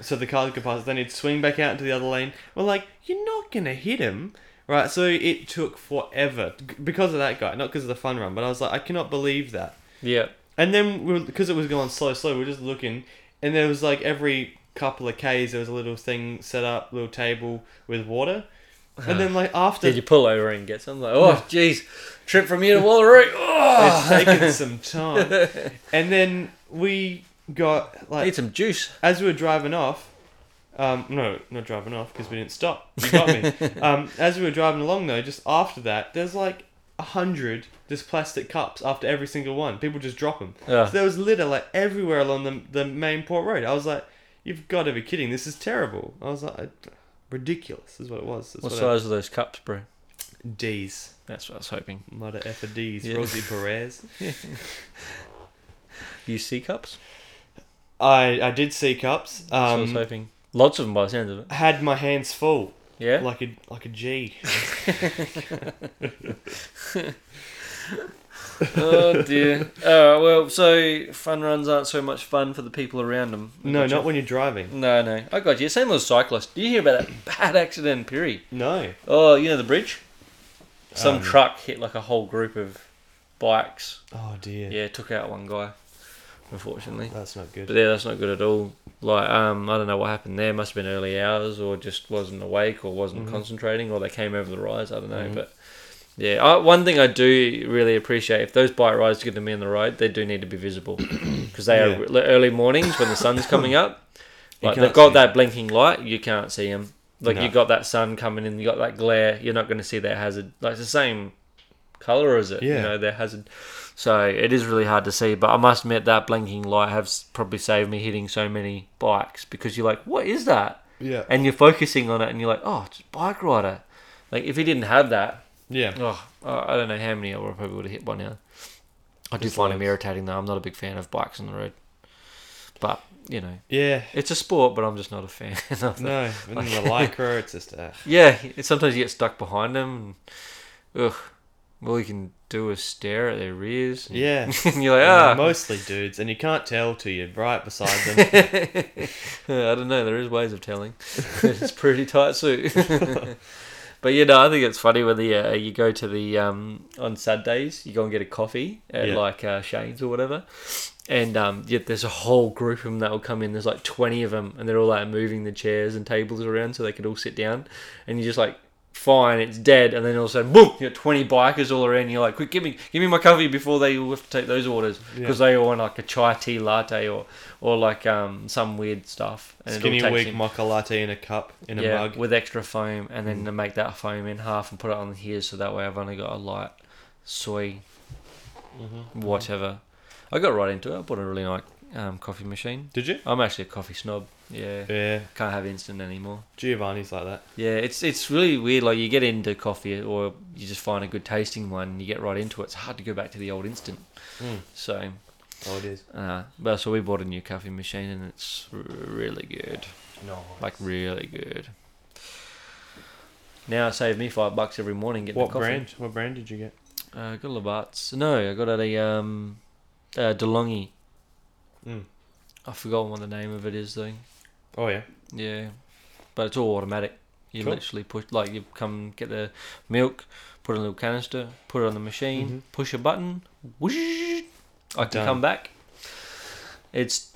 S1: so the cars could pass. Then he'd swing back out into the other lane. We're like, you're not gonna hit him, right? So it took forever g- because of that guy, not because of the fun run. But I was like, I cannot believe that.
S2: Yeah.
S1: And then we because it was going slow, slow, we are just looking, and there was like every couple of k's, there was a little thing set up, little table with water, and then like after
S2: Did you pull over and get something? Like, oh, jeez, trip from here to Wallaroo.
S1: it's
S2: Oh,
S1: taken some time, and then we got like
S2: need some juice.
S1: as we were driving off, um, no, not driving off because we didn't stop. You got me. um, as we were driving along though, just after that, there's like a hundred just plastic cups after every single one. People just drop them.
S2: Yeah.
S1: So there was litter like everywhere along the the main port road. I was like, you've got to be kidding. This is terrible. I was like, I- ridiculous is what it was. That's
S2: What
S1: what I-
S2: size are those cups, bro?
S1: D's.
S2: That's what I was hoping.
S1: Mother F of D's.
S2: Yeah.
S1: Rosie Perez.
S2: UC cups.
S1: I, I did see cups.
S2: That's what I was
S1: Um,
S2: hoping. Lots of them by the sound of it.
S1: had my hands full.
S2: Yeah.
S1: Like a like a G.
S2: oh dear. All right. Well, so fun runs aren't so much fun for the people around them.
S1: No, not when you're driving.
S2: No, no. I got you. Same with cyclists. Did you hear about that bad accident in Piri?
S1: No.
S2: Oh, you know the bridge. Some
S1: Um,
S2: truck hit like a whole group of bikes.
S1: Oh dear.
S2: Yeah, took out one guy. Unfortunately.
S1: That's not good.
S2: But yeah, that's not good at all. Like, um, I don't know what happened there. Must have been early hours, or just wasn't awake, or wasn't
S1: Mhm.
S2: concentrating, or they came over the rise. I don't know.
S1: Mhm.
S2: But yeah, I, one thing I do really appreciate if those bike rides are going to be on the road, they do need to be visible because they
S1: Yeah.
S2: are re- early mornings when the sun's coming up.
S1: You
S2: Like
S1: can't
S2: they've got
S1: see
S2: that blinking light, you can't see them. Like
S1: No.
S2: you got that sun coming in, you got that glare. You're not going to see their hazard. Like it's the same color as it.
S1: Yeah.
S2: You know their hazard. So it is really hard to see, but I must admit that blinking light has probably saved me hitting so many bikes because you're like, what is that?
S1: Yeah.
S2: And you're focusing on it, and you're like, oh, it's a bike rider. Like if he didn't have that,
S1: Yeah.
S2: oh, I I don't know how many I would probably would have hit by now. I do
S1: It's
S2: find him
S1: loads.
S2: irritating though. I'm not a big fan of bikes on the road, but you know,
S1: Yeah.
S2: it's a sport, but I'm just not a fan of them.
S1: No. And then the lycra, it's just uh,
S2: Yeah, it- sometimes you get stuck behind them. And, ugh, all you can do is stare at their rears. And,
S1: yeah.
S2: and you're like,
S1: And they're
S2: ah.
S1: Mostly dudes, and you can't tell till you're right beside them.
S2: I don't know. There is ways of telling. it's pretty tight suit. but you know, I think it's funny when the uh, you go to the um, on Saturdays, you go and get a coffee at
S1: Yeah.
S2: like uh, Shane's or whatever, and um, yeah, there's a whole group of them that will come in. There's like twenty of them, and they're all like moving the chairs and tables around so they could all sit down, and you're just like. Fine, it's dead, and then all of a sudden, boom! You got twenty bikers all around. You're like, "Quick, give me, give me my coffee before they all have to take those orders
S1: Yeah.
S2: because they all want like a chai tea latte or or like um some weird stuff. it all
S1: Skinny
S2: takes
S1: wig
S2: in-
S1: mocha latte in a cup in a
S2: yeah,
S1: mug. Mm.
S2: with extra foam, and then to make that foam in half and put it on here, so that way I've only got a light soy,
S1: Mm-hmm.
S2: whatever. I got right into it. I bought a really nice um, coffee machine.
S1: Did you?
S2: I'm actually a coffee snob. Yeah,
S1: Yeah.
S2: can't have instant anymore.
S1: Giovanni's like that.
S2: Yeah, it's it's really weird. Like you get into coffee, or you just find a good tasting one, and you get right into it. It's hard to go back to the old instant.
S1: Mm.
S2: So,
S1: Oh, it is.
S2: uh, but so we bought a new coffee machine, and it's r- really good.
S1: No.
S2: Like really good. Now it saved me five bucks every morning getting
S1: what
S2: a coffee.
S1: brand? What brand did you get?
S2: Uh, I got Labatt's. No, I got a um, uh, DeLonghi.
S1: Mm.
S2: I forgot what the name of it is though.
S1: Oh yeah.
S2: Yeah, but it's all automatic. You
S1: Cool.
S2: literally push like you come get the milk, put it in a little canister, put it on the machine,
S1: Mhm.
S2: push a button, whoosh, I can
S1: Done.
S2: come back. It's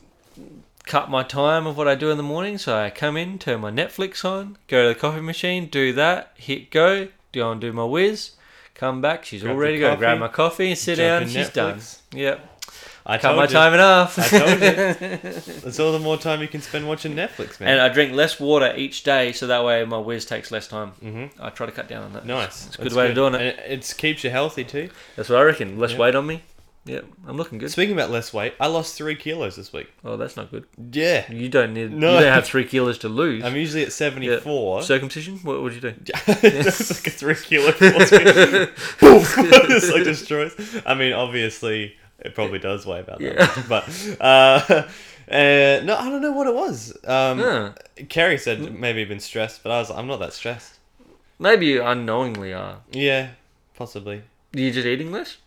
S2: cut my time of what I do in the morning, so I come in, turn my Netflix on, go to the coffee machine, do that, hit go, go and do my whiz, come back, she's
S1: Grab
S2: all
S1: the
S2: ready to go, grab
S1: coffee,
S2: my coffee, sit
S1: Jump
S2: down,
S1: in
S2: she's done.
S1: Netflix.
S2: Yep,
S1: I
S2: cut
S1: told
S2: my
S1: you.
S2: time in half.
S1: I told you. That's all the more time you can spend watching Netflix,
S2: And
S1: man.
S2: I drink less water each day, so that way my whiz takes less time.
S1: mm-hmm.
S2: I try to cut down on that.
S1: Nice.
S2: uh, It's a good way of doing it.
S1: And it keeps you healthy too.
S2: That's what I reckon. Less
S1: Yeah.
S2: weight on me. Yeah, I'm looking good.
S1: Speaking about less weight, I lost three kilos this week.
S2: Oh, that's not good.
S1: Yeah.
S2: You don't need.
S1: No.
S2: You don't have three kilos to lose.
S1: I'm usually at 74.
S2: Circumcision? What would you do?
S1: it's like a three kilo force field. Boom. it's like destroys. I mean, obviously, it probably does weigh about that
S2: Yeah.
S1: much, but uh, uh, no, I don't know what it was. Um,
S2: Huh.
S1: Carrie said maybe you've been stressed, but I was like, I'm not that stressed.
S2: Maybe you unknowingly are.
S1: Yeah, possibly.
S2: You just eating less?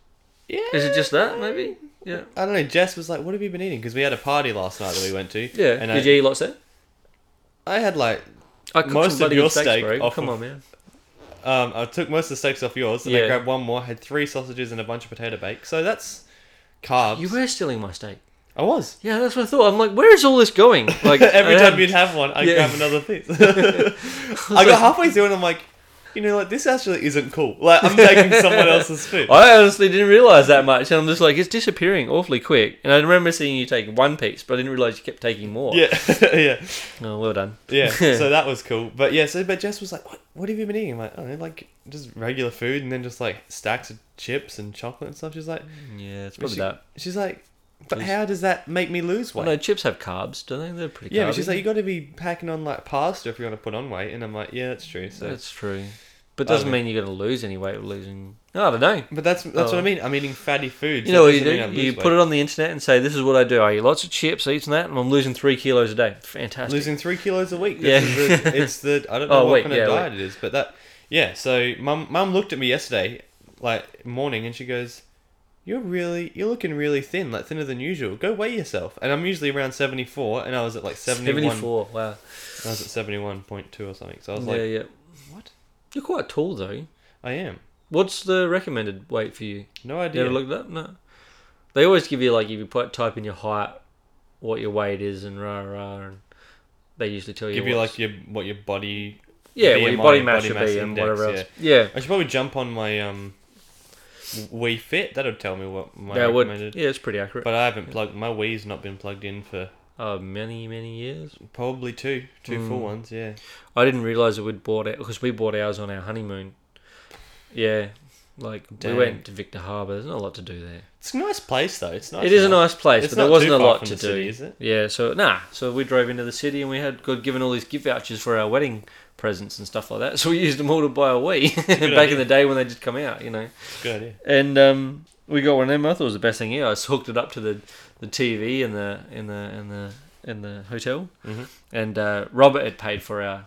S1: Yeah.
S2: Is it just that? Maybe. Yeah.
S1: I don't know. Jess was like, "What have you been eating?" Because we had a party last night that we went to.
S2: Yeah.
S1: And
S2: Did
S1: I,
S2: you eat lots then?
S1: I had like
S2: I cooked
S1: Most
S2: some
S1: of
S2: bloody
S1: your
S2: good steaks,
S1: steak
S2: bro.
S1: off
S2: Come
S1: of-
S2: on, man.
S1: um, I took most of the steaks off yours, and
S2: Yeah.
S1: I grabbed one more. Had three sausages and a bunch of potato bake. So that's carbs.
S2: You were stealing my steak.
S1: I was.
S2: Yeah, that's what I thought. I'm like, where is all this going? Like
S1: Every
S2: I
S1: time
S2: had-
S1: you'd have one, I'd
S2: Yeah.
S1: grab another piece. I got halfway through and I'm like, you know, like this actually isn't cool. Like I'm taking someone else's food.
S2: I honestly didn't realize that much, and I'm just like, it's disappearing awfully quick. And I remember seeing you take one piece, but I didn't realize you kept taking more.
S1: Yeah, yeah,
S2: Oh, well done.
S1: yeah. So that was cool. But yeah, so but Jess was like, "What? What have you been eating?" I'm like, "I don't know, like just regular food, and then just like stacks of chips and chocolate and stuff." She's like,
S2: Yeah, it's
S1: But
S2: probably
S1: she-
S2: that.
S1: "She's like, but
S2: Yes.
S1: how does that make me lose
S2: Well,
S1: weight?"
S2: no, chips have carbs, don't they? They're pretty.
S1: yeah,
S2: carby.
S1: but she's like, "You got to be packing on like pasta if you want to put on weight," and I'm like, "Yeah, that's true." So,
S2: that's true. But
S1: I don't
S2: doesn't mean you're going to lose any weight. or Losing, I don't know.
S1: but that's that's what
S2: Oh.
S1: I mean. I'm eating fatty food.
S2: You know what you do? You put it on the internet and say, "This is what I do. I eat lots of chips, I eat some of that, and I'm losing three kilos a day. Fantastic."
S1: losing three kilos a week. This
S2: Yeah.
S1: is the, it's the I don't know
S2: Oh,
S1: what
S2: wait,
S1: kind of
S2: yeah,
S1: diet it is, but that yeah. So mum mum looked at me yesterday, like morning, and she goes, "You're really you're looking really thin, like thinner than usual. Go weigh yourself." And I'm usually around seventy four, and I was at like seventy one.
S2: Seventy-four. Wow.
S1: I was at seventy one point two or something. So I was
S2: yeah,
S1: like,
S2: yeah.
S1: "What?
S2: You're quite tall though.
S1: I am."
S2: What's the recommended weight for you?
S1: No
S2: You
S1: idea.
S2: ever looked it up? No. They always give you like if you put type in your height, what your weight is, and rah rah, and they usually tell you.
S1: Give you
S2: what's-
S1: like your what your body.
S2: yeah, what your
S1: BMI,
S2: body mass
S1: body
S2: should
S1: mass
S2: be and
S1: index,
S2: whatever
S1: yeah.
S2: else. Yeah,
S1: I should probably jump on my um, Wii Fit. That'll tell me what my
S2: that would.
S1: recommended.
S2: Yeah, it's pretty accurate.
S1: But I haven't plugged my Wii's not been plugged in for
S2: uh, many many years.
S1: Probably two, two
S2: Mm.
S1: full ones. Yeah.
S2: I didn't realize that we'd bought it because we bought ours on our honeymoon. Yeah, like
S1: Dang.
S2: we went to Victor Harbour. There's not a lot to do there.
S1: It's a nice place though. It's nice.
S2: it is a
S1: enough.
S2: nice place,
S1: It's
S2: but there
S1: not
S2: wasn't
S1: too
S2: a
S1: far
S2: lot
S1: from
S2: to
S1: the
S2: do.
S1: city, is it?
S2: Yeah, so nah. So we drove into the city and we had got given all these gift vouchers for our wedding presents and stuff like that. So we used them all to buy a Wii back
S1: idea.
S2: in the day when they did come out, you know.
S1: Good idea.
S2: And um, we got one of them. I thought it was the best thing. Yeah, I just hooked it up to the, the TV in the in the in the in the hotel,
S1: Mhm.
S2: and uh, Robert had paid for our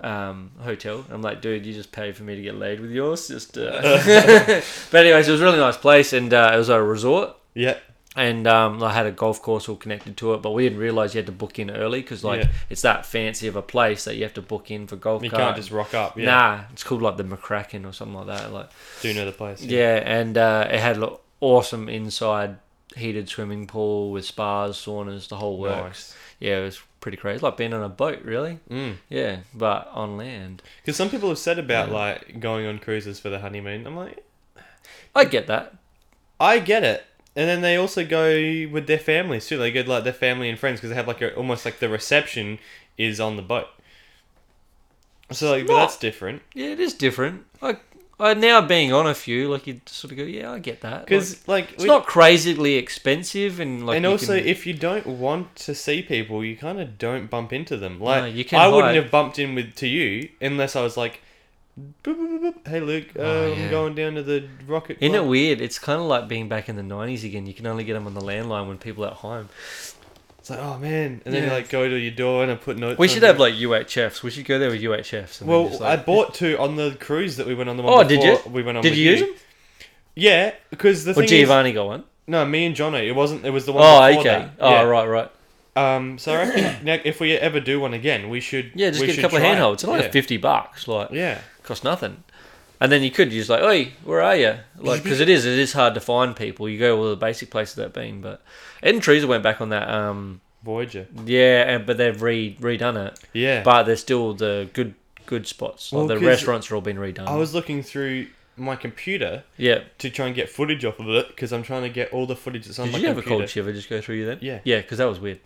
S2: um, hotel. I'm like, dude, you just paid for me to get laid with yours. Just, uh. but anyways, it was a really nice place, and uh, it was a resort
S1: Yeah.
S2: and um, I had a golf course all connected to it, but we didn't realize you had to book in early because like
S1: Yeah.
S2: it's that fancy of a place that you have to book in for golf.
S1: You
S2: cart.
S1: can't just rock up. Yeah.
S2: Nah, it's called like the McCracken or something like that. Like
S1: Do know the place.
S2: yeah, and uh, it had an awesome inside heated swimming pool with spas, saunas, the whole works.
S1: Nice.
S2: Yeah, it was pretty crazy. It's like being on a boat, really.
S1: Mm.
S2: Yeah, but on land.
S1: Because some people have said about
S2: Yeah.
S1: like going on cruises for the honeymoon. I'm like,
S2: I get that.
S1: I get it. And then they also go with their families too. They go like their family and friends because they have like a, almost like the reception is on the boat. So like, but
S2: not-
S1: that's different.
S2: Yeah, it is different. I, I now being on a few, like you sort of go, yeah, I get that. Like-
S1: Because like,
S2: It's
S1: we-
S2: not crazily expensive, and like
S1: and
S2: you
S1: also,
S2: can-
S1: if you don't want to see people, you kind of don't bump into them. Like
S2: you can
S1: I wouldn't
S2: hide.
S1: have bumped in with to you unless I was like, "Boop, boop, boop, boop. "Hey Luke, uh,
S2: Oh,
S1: I'm
S2: yeah.
S1: going down to the rocket."
S2: isn't it
S1: Club."
S2: weird? It's kind of like being back in the '90s again. You can only get them on the landline when people are at home.
S1: It's like, oh man, and then you
S2: Yeah.
S1: like go to your door and I put notes.
S2: We
S1: on
S2: should
S1: there.
S2: have like UHFs. We should go there with UHFs. And then
S1: Well,
S2: just,
S1: I
S2: like,
S1: bought two on the cruise that we went on the one.
S2: Oh, did
S1: before We went on.
S2: Did
S1: with
S2: you use them?
S1: Yeah, because the
S2: Well,
S1: thing is,
S2: Giovanni got one.
S1: no, me and Jono. It wasn't. It was the one.
S2: Oh,
S1: before
S2: okay.
S1: That.
S2: Oh,
S1: yeah.
S2: right, right.
S1: Um, so I reckon now, if we ever do one again, we should.
S2: Yeah, just
S1: we
S2: get a
S1: should
S2: couple of
S1: try it.
S2: handholds. It's like
S1: yeah.
S2: fifty bucks. Like,
S1: yeah.
S2: cost nothing. And then you could use like, "Oi, where are you?" Like, because it is it is hard to find people. You go to all the basic places that been, but Ed and Teresa went back on that. Um,
S1: Voyager.
S2: yeah, and, but they've re redone it.
S1: Yeah.
S2: but there's still the good good spots. Like
S1: Well,
S2: the
S1: 'cause
S2: restaurants are all being redone.
S1: I was looking through my computer
S2: yeah.
S1: to try and get footage off of it because I'm trying to get all the footage that's on
S2: Did
S1: my
S2: you have a
S1: computer.
S2: cold shiver just go through you then?
S1: Yeah.
S2: Yeah, because that was weird.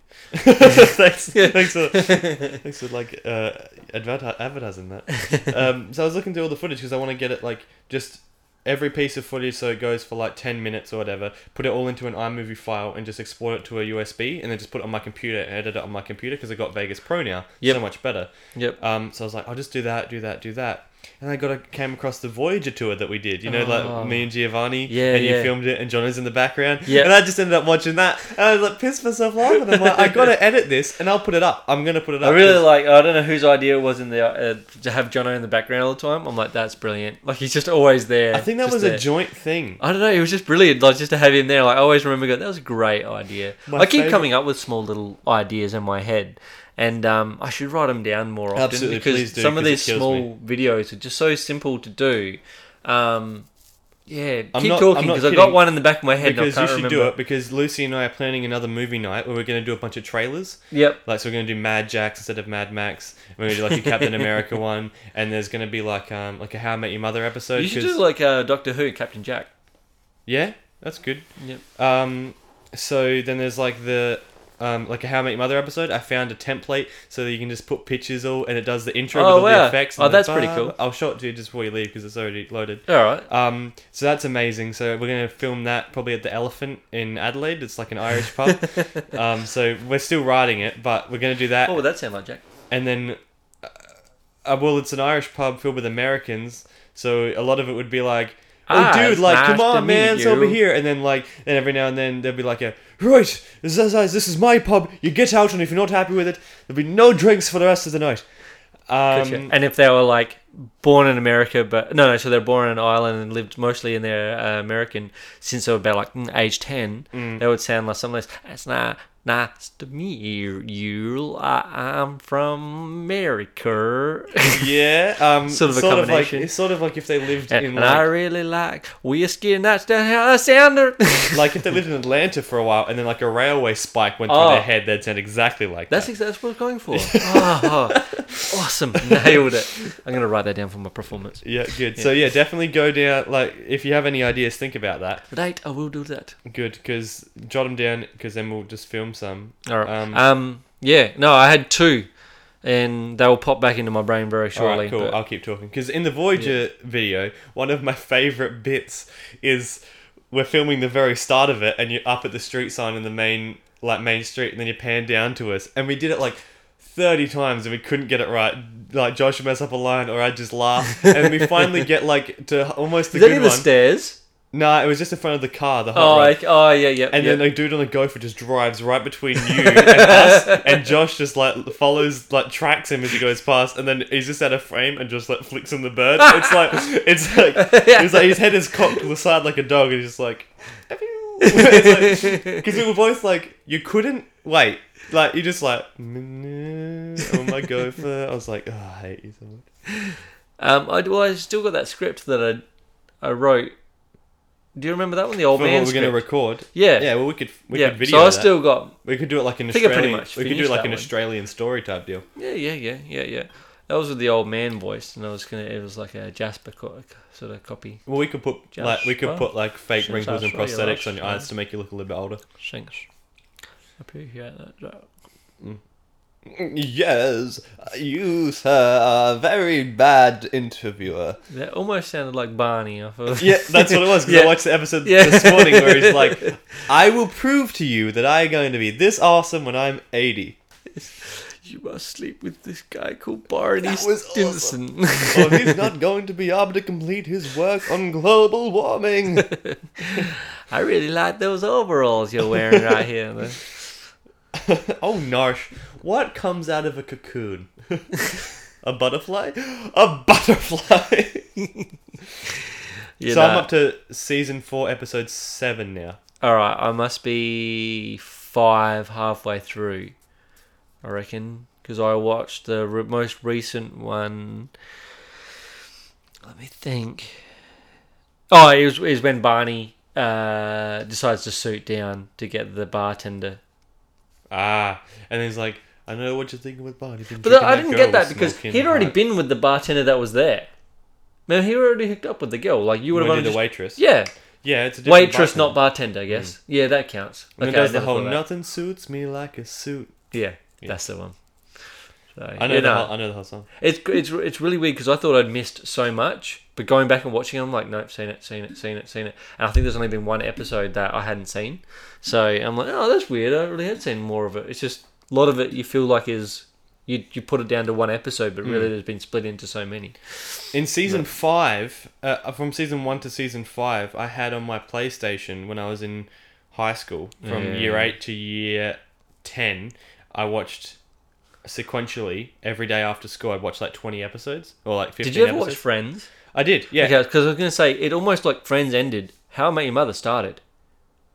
S1: thanks, thanks for thanks for like uh, adver- advertising that. Um, so I was looking through all the footage because I want to get it like just every piece of footage so it goes for like 10 minutes or whatever put it all into an imovie file and just export it to a usb and then just put it on my computer and edit it on my computer because i got vegas pro now
S2: Yep.
S1: so much better
S2: Yep.
S1: Um, so I was like, I'll just do that, do that, do that. And I got a, came across the Voyager tour that we did, you know,
S2: Oh.
S1: like me and Giovanni,
S2: Yeah,
S1: and you
S2: yeah.
S1: filmed it, and John is in the background,
S2: Yeah.
S1: and I just ended up watching that, and I was like, pissed myself laughing. I'm like, I gotta edit this, and I'll put it up. I'm gonna put it
S2: I
S1: up.
S2: really
S1: 'cause-
S2: like. I don't know whose idea it was in the uh, to have Jono in the background all the time. I'm like, that's brilliant. Like he's just always there.
S1: I think that
S2: just
S1: was
S2: there.
S1: a joint thing.
S2: I don't know. It was just brilliant. Like just to have him there. Like I always remember. Going, that was a great idea.
S1: My
S2: I keep
S1: favourite-
S2: coming up with small little ideas in my head, And um, I should write them down more often
S1: Absolutely,
S2: because
S1: please do,
S2: some of
S1: 'cause it
S2: these
S1: kills
S2: small videos are just so simple to do. Um, yeah,
S1: I'm
S2: keep
S1: not-
S2: talking
S1: I'm not
S2: because I've got
S1: kidding.
S2: one in the back of my head.
S1: because
S2: and I
S1: you
S2: can't
S1: should
S2: remember.
S1: do it because Lucy and I are planning another movie night where we're going to do a bunch of trailers.
S2: Yep.
S1: Like, so we're going to do Mad Jacks instead of Mad Max. and We're going to do like a Captain America one, and there's going to be like um like a How I Met Your Mother episode.
S2: You should
S1: 'cause-
S2: do like uh, Doctor Who, Captain Jack.
S1: yeah, that's good.
S2: Yep.
S1: Um, so then there's like the um like a How I Met Your Mother episode. I found a template so that you can just put pictures all, and it does the intro
S2: Oh,
S1: with all
S2: wow.
S1: the effects.
S2: Oh,
S1: and the
S2: that's pretty
S1: blah-
S2: cool.
S1: I'll show it to you just before you leave because it's already loaded.
S2: All right.
S1: Um, so that's amazing. So we're gonna film that probably at the Elephant in Adelaide. It's like an Irish pub. um, so we're still writing it, but we're gonna do that,
S2: What would that sound like, Jack?
S1: and then, uh, well, it's an Irish pub filled with Americans. So a lot of it would be like, "Oh,
S2: Ah,
S1: dude,
S2: it's
S1: like,
S2: nice
S1: come
S2: to
S1: on,
S2: meet
S1: man, it's over
S2: you."
S1: here." And then like, then every now and then there'd be like a, "Right, this is this is my pub. You get out, and if you're not happy with it, there'll be no drinks for the rest of the night." Um,
S2: and if they were like born in America, but no, no, so they're born in Ireland and lived mostly in their uh, American since they were about like mm, age ten, they would sound like something like "It's not nice to meet you. I, I'm from America."
S1: yeah, um,
S2: Sort of a
S1: like
S2: combination.
S1: it's sort of like if they lived
S2: And,
S1: in
S2: and I
S1: like,
S2: really like whiskey, and that's down how I sounded.
S1: like if they lived in Atlanta for a while and then like a railway spike went
S2: Oh.
S1: through their head, they'd sound exactly like
S2: That's
S1: that.
S2: exactly what I was going for. Oh, awesome, nailed it. I'm gonna write that down for my performance.
S1: Yeah, good. So yeah, definitely go down. Like if you have any ideas, think about that.
S2: Right, I will do that.
S1: Good, because jot them down, because then we'll just film some.
S2: All right.
S1: Um,
S2: Um, yeah. No, I had two, and they will pop back into my brain very
S1: All
S2: shortly.
S1: right, cool.
S2: but-
S1: I'll keep talking. Because in the Voyager video, one of my favorite bits is we're filming the very start of it, and you're up at the street sign in the main like main street, and then you pan down to us, and we did it like. 30 times and we couldn't get it right. Like, Josh would mess up a line or I'd just laugh. And we finally get, like, to almost the
S2: Is that
S1: good
S2: near
S1: one.
S2: the stairs?
S1: nah, it was just in front of the car, the
S2: Oh,
S1: hot rod.
S2: like- oh, yeah, yeah.
S1: And
S2: yeah.
S1: then a dude on a gopher just drives right between you and us, and Josh just like follows, like tracks him as he goes past, and then he's just out of frame and just like flicks him the bird. It's like it's like it's like his head is cocked to the side like a dog, and he's just like because we were both like you couldn't wait, like you just like oh my gopher. I was like oh, I hate you so much.
S2: um, I, well, I still got that script that I, I wrote. Do you remember that one? The old
S1: For what
S2: man
S1: we're gonna
S2: script?
S1: record?
S2: yeah,
S1: Yeah, well we could we
S2: yeah.
S1: could video
S2: so I
S1: that.
S2: still got.
S1: we could do it like an
S2: I think I pretty
S1: Australian.
S2: much
S1: We could do it
S2: finished
S1: like
S2: that
S1: an
S2: one.
S1: Australian story type deal.
S2: Yeah, yeah, yeah, yeah, yeah. That was with the old man voice, and I was gonna. It was like a Jasper co- sort of copy.
S1: Well, we could put
S2: Josh,
S1: like we could
S2: well,
S1: put like fake
S2: since
S1: wrinkles
S2: I
S1: and
S2: saw you
S1: prosthetics
S2: last
S1: on your
S2: time.
S1: eyes to make you look a little bit older.
S2: Thanks. Appreciate that.
S1: Yes, you sir are a very bad interviewer.
S2: That almost sounded like Barney off of.
S1: Yeah, that's what it was. Because I
S2: Yeah.
S1: watched the episode
S2: Yeah.
S1: this morning where he's like, "I will prove to you that I am going to be this awesome when I'm 80."
S2: You must sleep with this guy called Barney
S1: That was awesome.
S2: Stinson.
S1: Or he's not going to be able to complete his work on global warming.
S2: I really like those overalls you're wearing right here. though.
S1: oh, Narsh, what comes out of a cocoon? a butterfly? A butterfly.
S2: You
S1: so I'm
S2: know.
S1: up to season four, episode seven now.
S2: All right, I must be five halfway through, I reckon, because I watched the re- most recent one. Let me think. Oh, it was, it was when Barney uh, decides to suit down to get the bartender.
S1: Ah, and he's like, I know what you're thinking with Barney. Been
S2: But
S1: drinking
S2: I didn't
S1: girl
S2: get that
S1: with
S2: because
S1: smoking
S2: he'd already
S1: hot."
S2: been with the bartender that was there. Man, he already hooked up with the girl. Like you would have
S1: Wendy
S2: only
S1: the
S2: just-
S1: waitress. Yeah,
S2: Yeah,
S1: it's a different
S2: waitress,
S1: bartender. Mm.
S2: not bartender. I guess. Yeah, that counts.
S1: And
S2: Okay,
S1: it does
S2: I
S1: the
S2: never
S1: whole
S2: thought of that.
S1: nothing suits me like a suit.
S2: Yeah,
S1: Yeah.
S2: that's the one. So,
S1: I know,
S2: you
S1: the
S2: know,
S1: whole, I know the whole song.
S2: it's it's it's really weird because I thought I'd missed so much, but going back and watching, it, I'm like, nope, seen it, seen it, seen it, seen it, and I think there's only been one episode that I hadn't seen. So I'm like, oh, that's weird. I really had seen more of it. It's just a lot of it you feel like is you you put it down to one episode, but
S1: Mm.
S2: really there's been split into so many.
S1: In season five, uh, from season one to season five, I had on my PlayStation when I was in high school, from
S2: Yeah.
S1: year eight to year ten, I watched sequentially every day after school. I'd watch like twenty episodes or like fifteen.
S2: Did you ever
S1: episodes.
S2: watch Friends?
S1: I did, yeah.
S2: because I was gonna say it almost like Friends ended. How I Met Your Mother started.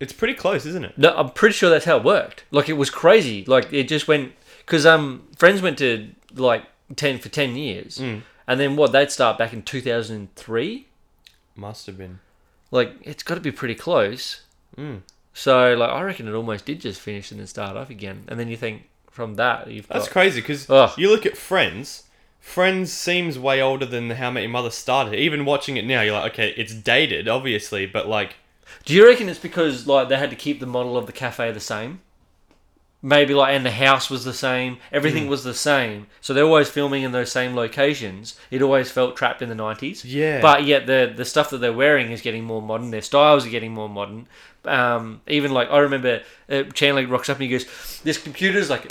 S1: It's pretty close, isn't it?
S2: No, I'm pretty sure that's how it worked. Like it was crazy. Like it just went because um, Friends went to like ten for ten years,
S1: Mm.
S2: and then what? They'd start back in two thousand and three.
S1: Must have been.
S2: Like it's got to be pretty close.
S1: Mm.
S2: So like I reckon it almost did just finish and then start up again. And then you think from that you've got
S1: That's crazy because
S2: Oh. Ugh.
S1: you look at Friends. Friends seems way older than How I Met Your Mother started. Even watching it now, you're like, okay, it's dated, obviously, but like,
S2: Do you reckon it's because like they had to keep the model of the cafe the same? Maybe like and the house was the same, everything was the same. So they're always filming in those same locations. It always felt trapped in the nineties.
S1: Yeah.
S2: But yet the the stuff that they're wearing is getting more modern. Their styles are getting more modern. Um, even like I remember uh, Chandler rocks up and he goes, "This computer's like,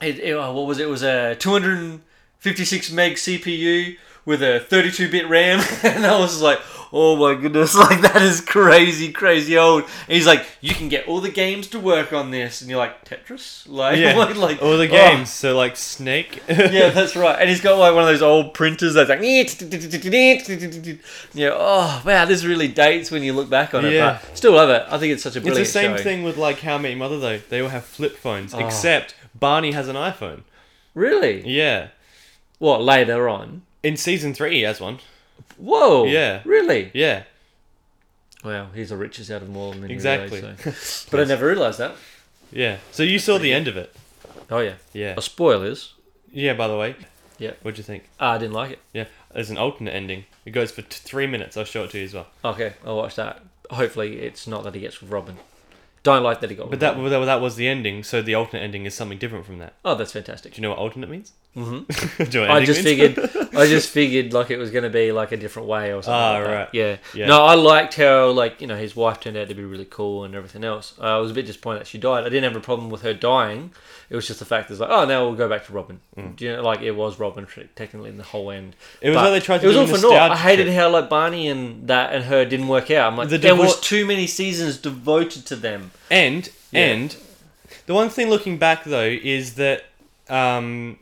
S2: it, it, oh, what was it? It was a two hundred fifty six meg CPU with a thirty two bit RAM." and I was like, "Oh my goodness! Like that is crazy, crazy old." And he's like, "You can get all the games to work on this," and you're like, "Tetris?" Like,
S1: yeah,
S2: like, like
S1: all the
S2: oh,
S1: games. So like Snake.
S2: yeah, that's right. And he's got like one of those old printers that's like, yeah, oh wow, this really dates when you look back on it.
S1: Yeah.
S2: But still love it. I think it's such a
S1: It's
S2: brilliant
S1: the same
S2: show.
S1: thing with like How I Met Your Mother though. They all have flip phones,
S2: Oh.
S1: except Barney has an iPhone.
S2: Really?
S1: Yeah,
S2: What later on?
S1: in season three he has one.
S2: Whoa.
S1: Yeah.
S2: Really?
S1: Yeah,
S2: Wow, he's the richest out of them all. And then you
S1: Exactly.
S2: realise, so. but I never realised that.
S1: yeah. So you saw the end of it.
S2: Oh yeah.
S1: Yeah,
S2: Oh, spoilers.
S1: yeah. By the way,
S2: Yeah.
S1: What'd you think?
S2: Ah, I didn't like it.
S1: Yeah, there's an alternate ending. It goes for t- three minutes. I'll show it to you as well.
S2: Okay, I'll watch that. Hopefully, it's not that he gets with Robin. Don't like that he got.
S1: But
S2: with
S1: that
S2: Robin.
S1: well, that was the ending. So the alternate ending is something different from that.
S2: Oh, that's
S1: Do
S2: fantastic.
S1: you know what alternate means?
S2: hmm
S1: Do you know what
S2: I
S1: ending
S2: just
S1: means?
S2: figured, I just figured like it was going to be like a different way or something.
S1: Ah,
S2: like that.
S1: right.
S2: Yeah.
S1: Yeah.
S2: No, I liked how like you know his wife turned out to be really cool and everything else. I was a bit disappointed that she died. I didn't have a problem with her dying. It was just the fact that it's like oh now we'll go back to Robin. Do you know like it was Robin tr- technically in the whole end.
S1: Mm. It was
S2: But
S1: like they tried to
S2: It was
S1: do
S2: all
S1: a
S2: for naught. I
S1: nostalgia
S2: hated
S1: trip.
S2: how like Barney and that and her didn't work out. I'm like
S1: The
S2: there was
S1: divor-
S2: too many seasons devoted to them.
S1: And
S2: Yeah.
S1: and the one thing looking back though is that um,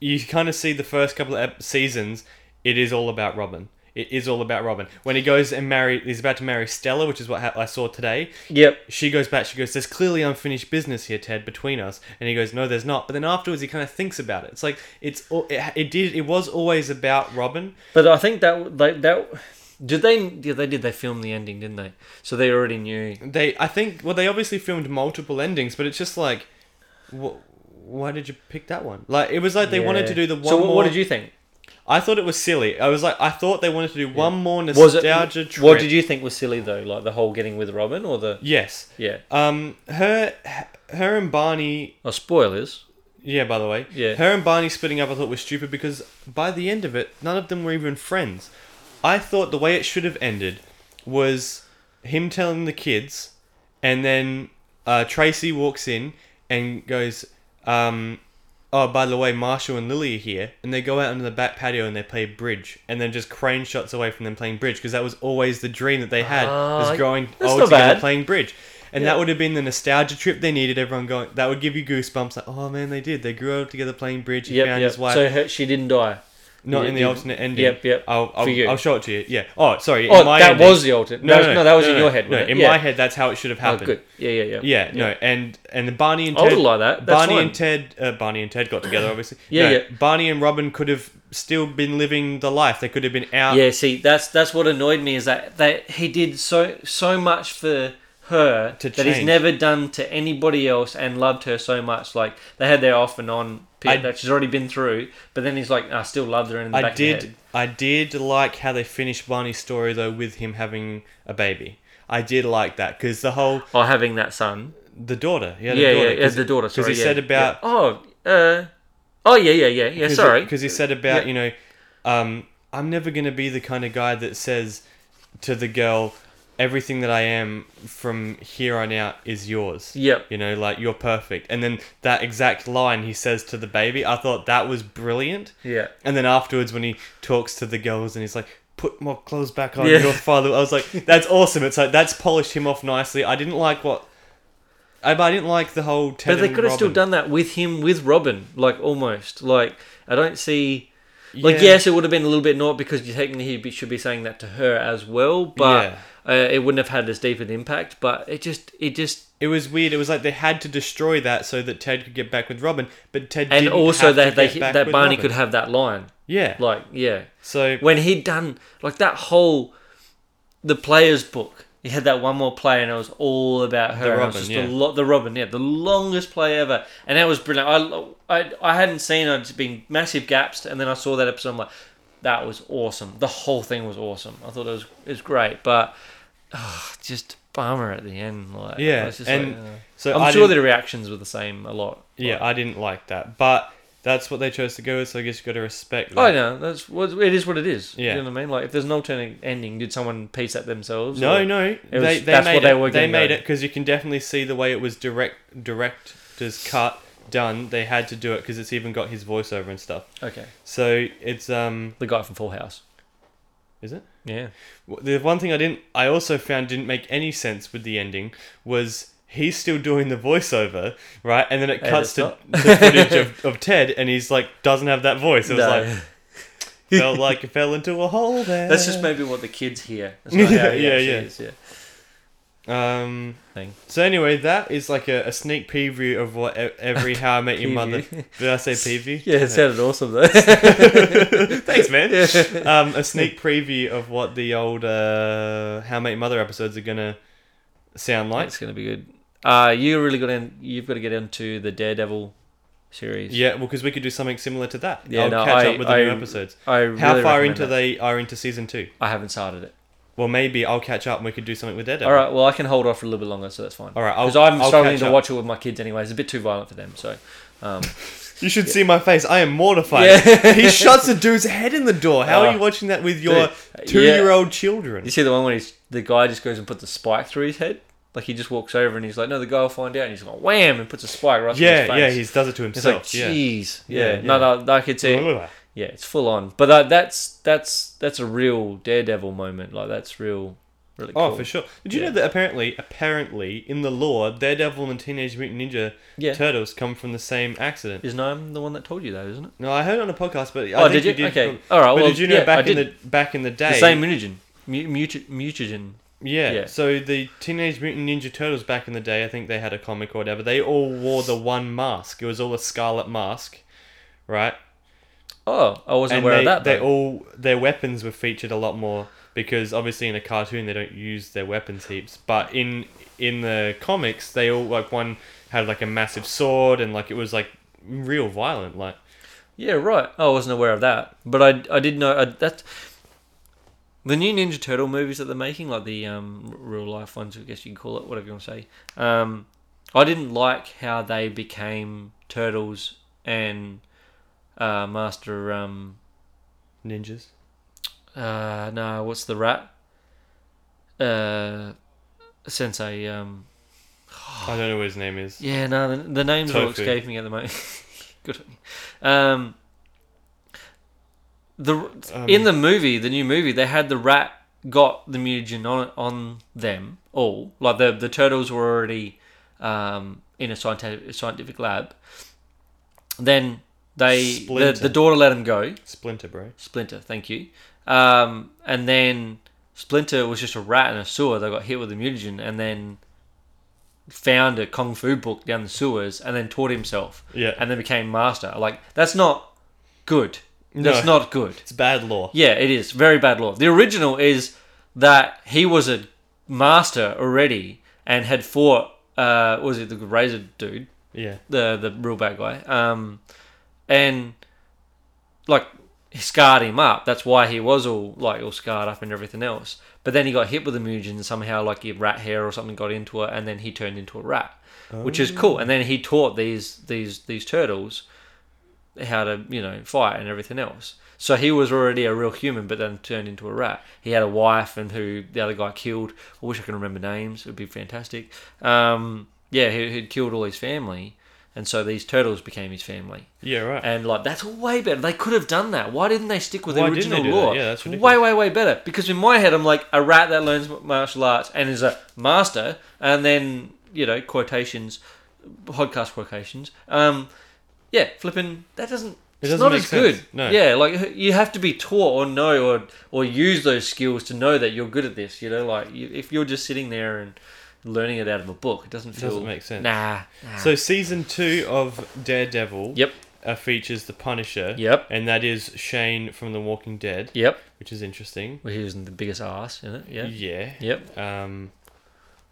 S1: you kind of see the first couple of ep- seasons. It is all about Robin. It is all about Robin. When he goes and marry, he's about to marry Stella, which is what ha- I saw today.
S2: Yep.
S1: she goes back. She goes, "There's clearly unfinished business here, Ted, between us." And he goes, "No, there's not." But then afterwards, he kind of thinks about it. It's like it's all it, it did. It was always about Robin.
S2: But I think that like that. Did they? Yeah, they did. They filmed the ending, didn't they? So they already knew.
S1: They, I think, well, they obviously filmed multiple endings, but it's just like, wh- why did you pick that one? Like it was like they wanted
S2: Yeah.
S1: to do the one
S2: So what,
S1: more.
S2: what did you think?
S1: I thought it was silly. I was like, I thought they wanted to do one more
S2: Was it?
S1: nostalgia trip.
S2: What did you think was silly though? Like the whole getting with Robin or the
S1: Yes.
S2: yeah.
S1: Um. Her, her and Barney
S2: Oh, spoilers.
S1: Yeah, by the way.
S2: Yeah.
S1: Her and Barney splitting up I thought was stupid because by the end of it, none of them were even friends. I thought the way it should have ended was him telling the kids, and then uh, Tracy walks in and goes, um, Oh, by the way, Marshall and Lily are here. And they go out onto the back patio and they play bridge. And then just crane shots away from them playing bridge because that was always the dream that they had
S2: Ah,
S1: was growing
S2: that's
S1: old
S2: not
S1: together
S2: bad.
S1: playing bridge. And
S2: Yeah.
S1: that would have been the nostalgia trip they needed. Everyone going, that would give you goosebumps. Like, oh man, they did. They grew up together playing bridge. He
S2: Yep,
S1: found
S2: yep.
S1: his wife.
S2: So her, she didn't die.
S1: Not
S2: yeah,
S1: in the
S2: yeah.
S1: alternate ending.
S2: Yep, yep.
S1: I'll, I'll,
S2: For you.
S1: I'll show it to you. Yeah. Oh, sorry.
S2: Oh,
S1: in my
S2: that
S1: ending-
S2: was the alternate. No, no, that was in your head.
S1: No,
S2: wasn't it?
S1: in
S2: yeah.
S1: my head, that's how it should have
S2: Oh,
S1: happened.
S2: good. Yeah, yeah, yeah.
S1: Yeah, no, and and the Barney and
S2: I would
S1: Ted,
S2: have liked that. That's
S1: Barney
S2: fine.
S1: and Ted, uh, Barney and Ted got together, obviously.
S2: Yeah,
S1: No,
S2: yeah.
S1: Barney and Robin could have still been living the life. They could have been out.
S2: Yeah, see, that's that's what annoyed me is that that he did so so much for her
S1: To
S2: that he's
S1: change.
S2: never done to anybody else and loved her so much. Like they had their off and on
S1: I-
S2: period that she's already been through, but then he's like, I still loved her in the
S1: I
S2: back of the head.
S1: did. I did like how they finished Barney's story though with him having a baby. I did like that because the whole
S2: Or Oh, having that son.
S1: the daughter. He had
S2: yeah,
S1: a daughter,
S2: yeah, as the daughter.
S1: Because
S2: Sorry,
S1: he said
S2: yeah,
S1: about.
S2: yeah. oh, uh, oh yeah, yeah, yeah, yeah. Sorry,
S1: Because he said about
S2: Yeah.
S1: you know, um, I'm never gonna be the kind of guy that says to the girl, everything that I am from here on out is yours.
S2: Yep.
S1: You know, like you're perfect. And then that exact line he says to the baby, I thought that was brilliant.
S2: yeah.
S1: And then afterwards, when he talks to the girls and he's like, "Put my clothes back on,
S2: Yeah.
S1: your father," I was like, "That's awesome." It's like that's polished him off nicely. I didn't like what. I, I didn't like the whole. Ted
S2: But they
S1: and
S2: could have still
S1: Robin.
S2: done that with him with Robin, like almost. Like I don't see. Like
S1: Yeah.
S2: yes, it would have been a little bit naught because you technically he be- should be saying that to her as well. But
S1: Yeah.
S2: uh, it wouldn't have had as deep an impact. But it just it just
S1: It was weird. It was like they had to destroy that so that Ted could get back with Robin, but Ted
S2: and
S1: didn't
S2: also
S1: have to
S2: that they
S1: get back
S2: that
S1: with
S2: Barney
S1: Robin.
S2: could have that line
S1: yeah.
S2: like yeah
S1: So
S2: when he'd done like that whole the players book he had that one more play and it was all about her
S1: The
S2: and it was
S1: Robin,
S2: just
S1: yeah.
S2: the, lo- the robin yeah the longest play ever and that was brilliant I, I, I hadn't seen it. it's been massive gaps and then i saw that episode i'm like that was awesome the whole thing was awesome i thought it was it was great but ah, just bummer at the end like
S1: Yeah,
S2: I was just
S1: and
S2: like, uh,
S1: so
S2: i'm
S1: I
S2: sure
S1: didn't-
S2: the reactions were the same a lot
S1: yeah, I didn't like that, but that's what they chose to go with. So I guess you got to respect.
S2: Oh, I
S1: That.
S2: know that's what it is. What it is.
S1: Yeah.
S2: You know what I mean? Like, if there's an alternate ending, did someone piece that themselves?
S1: No,
S2: or-
S1: no,
S2: was-
S1: they, they
S2: that's
S1: made
S2: what they
S1: it,
S2: were
S1: They
S2: getting
S1: made
S2: at.
S1: it because you can definitely see the way it was direct director's cut done. They had to do it because it's even got his voiceover and stuff.
S2: Okay,
S1: So it's um,
S2: the guy from Full House.
S1: is it?
S2: Yeah.
S1: W- The one thing I didn't, I also found didn't make any sense with the ending was he's still doing the voiceover, right? And then it
S2: Hey,
S1: cuts to,
S2: that's
S1: to footage of, of Ted, and he's like doesn't have that voice. It was like felt like you fell into a hole there.
S2: that's just maybe what the kids hear. That's
S1: Yeah,
S2: not how it
S1: yeah,
S2: actually
S1: yeah.
S2: is, yeah.
S1: um.
S2: Thing.
S1: So anyway, that is like a, a sneak preview of what e- every How I Met Your Mother.
S2: Preview.
S1: Did I say preview?
S2: Yeah, it sounded awesome though.
S1: Thanks, man. Um, a sneak preview of what the old uh, How I Met Your Mother episodes are gonna sound like.
S2: it's gonna be good. Uh, you really got in. You've got to get into the Daredevil series.
S1: Yeah, well, because we could do something similar to that.
S2: Yeah,
S1: I'll
S2: no,
S1: catch
S2: I-
S1: up with the
S2: I
S1: new episodes.
S2: I really
S1: How far
S2: recommend
S1: into
S2: that.
S1: they are into season two?
S2: I haven't started it.
S1: Well, maybe I'll catch up and we could do something with Daredevil.
S2: All right. Well, I can hold off for a little bit longer, so that's fine.
S1: All right, I'll-
S2: Because I'm
S1: I'll
S2: struggling
S1: catch
S2: to
S1: up.
S2: watch it with my kids anyway. It's a bit too violent for them. So. Um,
S1: You should see my face. I am mortified. he shuts a dude's head in the door. How are you
S2: Oh.
S1: watching that with your
S2: Dude,
S1: two-year-old children?
S2: You see the one when he's the guy just goes and puts a spike through his head. Like he just walks over and he's like, "No, the guy will find out." And he's like, "Wham!" and puts a spike right through his
S1: Yeah,
S2: face.
S1: yeah, he does it to
S2: It's
S1: himself.
S2: like, "Jeez,
S1: Yeah,
S2: yeah,
S1: yeah.
S2: no, no, like it's a,
S1: yeah.
S2: yeah, it's full on." But that, that's that's that's a real daredevil moment. Like that's real, really. Cool.
S1: Oh, for sure. Did you
S2: Yeah.
S1: know that apparently, apparently, in the lore, Daredevil and Teenage Mutant Ninja
S2: Yeah,
S1: Turtles come from the same accident?
S2: is Noam the one that told you that, isn't it?
S1: No, I heard it on a podcast, but I
S2: oh,
S1: think
S2: did you?
S1: did.
S2: okay, all right.
S1: But
S2: well,
S1: did you know
S2: yeah, I
S1: back in
S2: did.
S1: the back in the day?
S2: the same mutagen, mu- muti- mutagen?
S1: Yeah,
S2: yeah.
S1: So the Teenage Mutant Ninja Turtles back in the day, I think they had a comic or whatever. They all wore the one mask. It was all a scarlet mask, right?
S2: Oh, I wasn't
S1: and
S2: aware
S1: they,
S2: of that.
S1: they
S2: though.
S1: all their weapons were featured a lot more because obviously in a cartoon they don't use their weapons heaps, but in in the comics they all like one had like a massive sword and like it was like real violent like
S2: Yeah, right. Oh, I wasn't aware of that, but I I did know I, that the new Ninja Turtle movies that they're making, like the um, real life ones, I guess you can call it whatever you want to say. Um, I didn't like how they became turtles and uh, Master. Um,
S1: ninjas.
S2: uh, no, what's the rat? Uh, Sensei. Um,
S1: I don't know what his name is.
S2: yeah, no, the, the names are all
S1: Tofu.
S2: escaping me at the moment. Good. on you. Um, the
S1: Um,
S2: in the movie, the new movie, they had the rat got the mutagen on on them all. Like the the turtles were already um, in a scientific scientific lab. Then they the,
S1: Splinter.
S2: the daughter let him go.
S1: Splinter, bro.
S2: Splinter, thank you. Um, and then Splinter was just a rat in a sewer. They got hit with a mutagen and then found a kung fu book down the sewers and then taught himself
S1: Yeah,
S2: and then became master. Like that's not good. That's
S1: No.
S2: not good.
S1: it's bad law.
S2: Yeah, it is. Very bad law. The original is that he was a master already and had fought, uh, what was it the Razor dude?
S1: Yeah,
S2: The, the real bad guy. Um, and, like, he scarred him up. That's why he was all, like, all scarred up and everything else. But then he got hit with a mutagen and somehow, like, his rat hair or something got into it and then he turned into a rat, which is cool. And then he taught these, these, these turtles how to you know fight and everything else. So he was already a real human, but then turned into a rat. He had a wife, and who the other guy killed. I wish I could remember names; it would be fantastic. Um, yeah, who who'd killed all his family, and so these turtles became his family.
S1: yeah, right.
S2: And like that's way better. They could have done that. Why didn't they stick with
S1: Why
S2: the
S1: didn't they
S2: original
S1: do that?
S2: law?
S1: Yeah, that's ridiculous.
S2: way, way, way better. Because in my head, I'm like a rat that learns martial arts and is a master, and then you know quotations, podcast quotations. Um, yeah, flipping. That doesn't
S1: It
S2: it's
S1: doesn't
S2: not
S1: make
S2: as
S1: sense.
S2: good.
S1: No.
S2: Yeah, like you have to be taught or know or or use those skills to know that you're good at this. You know, like you, if you're just sitting there and learning it out of a book, it doesn't
S1: It
S2: feel.
S1: doesn't make sense.
S2: Nah. nah.
S1: So season two of Daredevil
S2: Yep.
S1: uh, features the Punisher.
S2: Yep.
S1: And that is Shane from The Walking Dead,
S2: Yep.
S1: which is interesting.
S2: Well, he was the biggest ass in it. Yeah.
S1: Yeah.
S2: Yep.
S1: Um,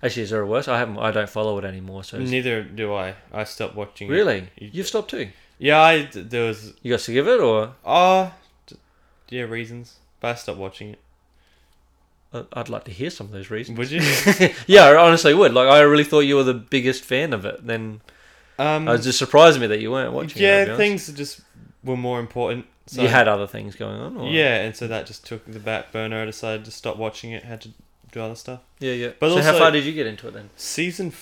S2: Actually, is there a worse? I haven't. I don't follow it anymore. So. it's-
S1: neither do I. I stopped watching. it.
S2: Really?
S1: You-
S2: You've stopped too.
S1: Yeah, I d- there was
S2: You got to give it or
S1: uh d- yeah reasons, but I stopped watching it.
S2: uh, I'd like to hear some of those reasons.
S1: Would you?
S2: yeah, I honestly would. Like I really thought you were the biggest fan of it. Then
S1: Um,
S2: I was just surprised me that you weren't watching it. I'll be
S1: yeah,
S2: honest.
S1: things just were more important. So
S2: you had other things going on. Or?
S1: yeah, and so that just took the back burner. I decided to stop watching it. Had to do other stuff.
S2: yeah, yeah.
S1: But
S2: so
S1: also-
S2: how far did you get into it then?
S1: Season f-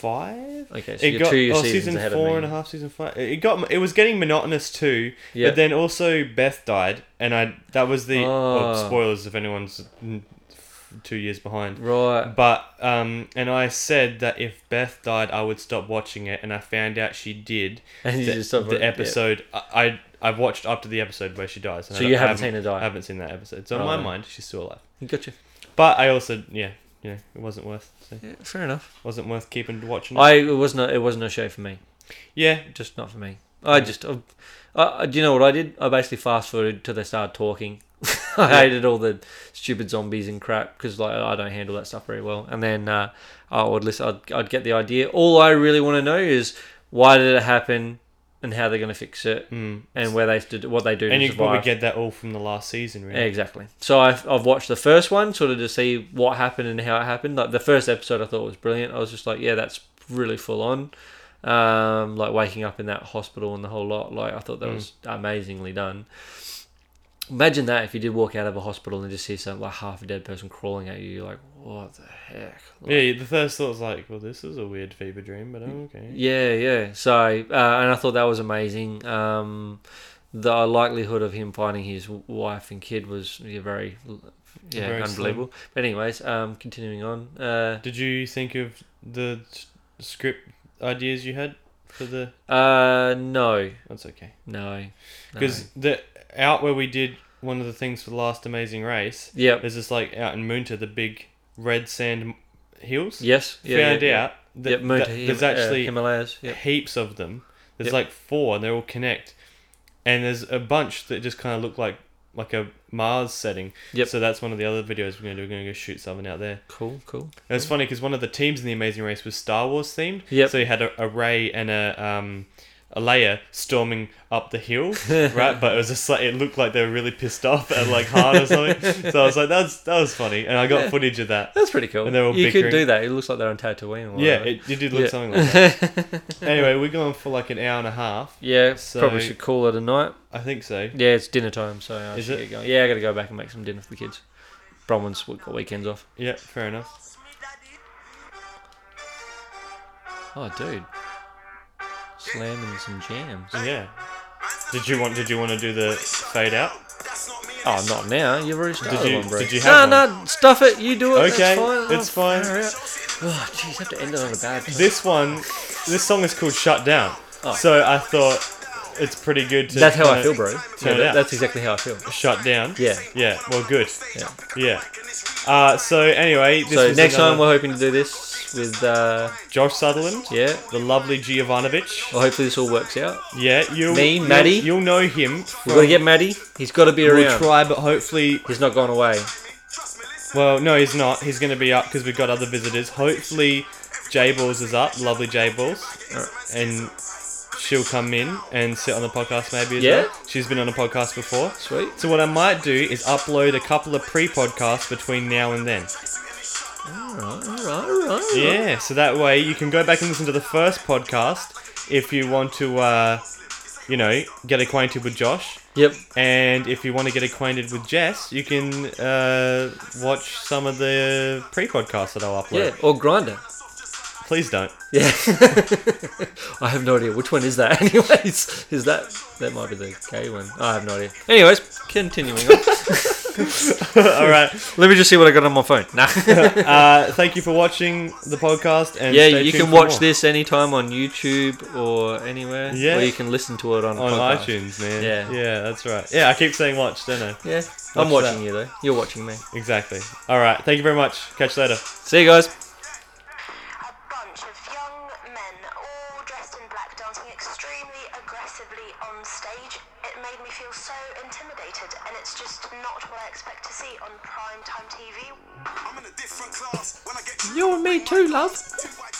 S1: five.
S2: Okay, so
S1: It
S2: you're
S1: got
S2: two year
S1: oh,
S2: seasons
S1: season
S2: ahead
S1: four
S2: of
S1: and a
S2: me.
S1: half, season five. It got it was getting monotonous too.
S2: Yeah.
S1: But then also Beth died, and I that was the oh,
S2: Oh.
S1: spoilers if anyone's mm, f- two years behind.
S2: right.
S1: But um, and I said that if Beth died, I would stop watching it, and I found out she did.
S2: And you
S1: the,
S2: just stopped
S1: the
S2: it, yeah.
S1: episode. I, I I've watched up to the episode where she dies. and
S2: So
S1: I
S2: you
S1: don't- I
S2: haven't seen Oh, her
S1: I
S2: die.
S1: haven't seen that episode. So in my
S2: Right.
S1: mind, she's still alive.
S2: Gotcha.
S1: But I also yeah you know it wasn't worth so
S2: Yeah, fair enough.
S1: wasn't worth keeping watching. It.
S2: I it wasn't. a- It wasn't a show for me.
S1: yeah
S2: Just not for me. I just. I, I, do you know what I did? I basically fast forwarded till they started talking. I
S1: Yeah.
S2: hated all the stupid zombies and crap because like I don't handle that stuff very well. And then uh, I would listen. I'd, I'd get the idea. All I really want to know is why did it happen and how they're going to fix it
S1: mm.
S2: and where they stood, what they do.
S1: and
S2: to
S1: you could probably
S2: survive.
S1: get that all from the last season really.
S2: Exactly. So I've, I've watched the first one sort of to see what happened and how it happened. Like the first episode, I thought was brilliant. I was just like, yeah, that's really full on. Um, like waking up in that hospital and the whole lot. Like I thought that
S1: Mm.
S2: was amazingly done. Imagine that if you did walk out of a hospital and just see some like half a dead person crawling at you, you're like, what the heck? Like,
S1: Yeah, the first thought was like, well, this is a weird fever dream, but I'm okay.
S2: Yeah, yeah. So, uh, and I thought that was amazing. Um, the likelihood of him finding his w- wife and kid was yeah, very, yeah,
S1: Very slim.
S2: unbelievable. But anyways, um, continuing on. Uh,
S1: Did you think of the s- script ideas you had for the?
S2: uh, no,
S1: That's okay.
S2: no,
S1: Because the out where we did one of the things for the last Amazing Race
S2: no. yep,
S1: is this like out in Moonta, the big red sand hills.
S2: yes, yeah,
S1: Found
S2: yeah,
S1: out that,
S2: yep, moon
S1: that
S2: to Him-
S1: there's
S2: uh,
S1: actually
S2: Himalayas. Yep.
S1: heaps of them. There's
S2: Yep.
S1: like four, and they all connect. And there's a bunch that just kind of look like like a Mars setting.
S2: Yep.
S1: So that's one of the other videos we're gonna do. We're gonna go shoot something out there.
S2: Cool, cool.
S1: And it's funny because one of the teams in the Amazing Race was Star Wars themed.
S2: Yep.
S1: So you had a, a Ray and a um, a Leia storming up the hill, right? But it was just like it looked like they were really pissed off at like Han or something. so I was like, that's that was funny, and I got
S2: Yeah.
S1: footage of that.
S2: That's pretty cool.
S1: And they're all
S2: you
S1: bickering.
S2: could do that. It looks like they're on Tatooine. Or
S1: Yeah,
S2: whatever.
S1: it, it did look
S2: Yeah.
S1: something like that. anyway, we're going for like an hour and a half.
S2: yeah.
S1: So-
S2: probably should call it a night.
S1: I think so.
S2: Yeah, it's dinner time, so I
S1: Is
S2: should
S1: it?
S2: get going. Yeah, I gotta go back and make some dinner for the kids. Bronwyn's w- got weekends off.
S1: Yeah, fair enough.
S2: Oh, dude, slamming some jams.
S1: Yeah. Did you want? Did you want to do the fade out?
S2: Oh, not now. You've already started
S1: you-
S2: one, bro.
S1: did you
S2: no,
S1: have
S2: no, stuff it. You do it.
S1: Okay,
S2: that's fine.
S1: it's fine.
S2: figure it out. Oh, jeez, have to end it on a bad.
S1: This one, this song is called "Shut Down," so I thought it's pretty good to.
S2: Oh. That's how
S1: kinda
S2: I feel, bro.
S1: Turn
S2: No,
S1: it
S2: that,
S1: out.
S2: that's exactly how I feel.
S1: Shut down.
S2: Yeah.
S1: Yeah. Well, good.
S2: Yeah.
S1: Yeah. Uh, so anyway, this
S2: So
S1: was
S2: next time
S1: another-
S2: we're hoping to do this with, uh,
S1: Josh Sutherland,
S2: yeah.
S1: the lovely Giovanovich.
S2: Well, hopefully this all works out.
S1: Yeah, you.
S2: Me, Maddie.
S1: You'll, you'll know him.
S2: We've got to get Maddie. He's got to be
S1: We'll
S2: around.
S1: try, but hopefully,
S2: He's not gone away.
S1: well, no, he's not. He's going to be up because we've got other visitors. Hopefully, J Balls is up. Lovely J Balls,
S2: Alright.
S1: and she'll come in and sit on the podcast maybe. As
S2: Yeah?
S1: well. she's been on a podcast before.
S2: Sweet.
S1: So what I might do is upload a couple of pre-podcasts between now and then.
S2: All right, all right, all right. all right.
S1: Yeah, so that way you can go back and listen to the first podcast if you want to, uh, you know, get acquainted with Josh.
S2: Yep.
S1: And if you want to get acquainted with Jess, you can uh, watch some of the pre podcasts that I'll upload.
S2: Yeah, or grinder.
S1: Please don't.
S2: Yeah. I have no idea which one is that. Anyways, is that that might be the gay one? I have no idea. Anyways, continuing on.
S1: All right.
S2: Let me just see what I got on my phone. Nah.
S1: Uh, thank you for watching the podcast. And
S2: yeah,
S1: stay
S2: you
S1: tuned
S2: can
S1: for
S2: watch
S1: more.
S2: this anytime on YouTube or anywhere.
S1: Yeah.
S2: Or you can listen to it on, a
S1: on
S2: podcast.
S1: iTunes, man.
S2: Yeah.
S1: yeah, that's right. Yeah, I keep saying watch, don't I?
S2: Yeah. I'm
S1: Watch that.
S2: watching you though. You're watching me.
S1: Exactly. All right. Thank you very much. Catch you later.
S2: See you guys.
S3: A bunch of young men, all dressed in black, dancing extremely aggressively on stage. It made me feel so intimidated, and it's just not what I expect to see on prime time TV.
S4: I'm in a different class when I get
S2: You and me too, love.
S4: two white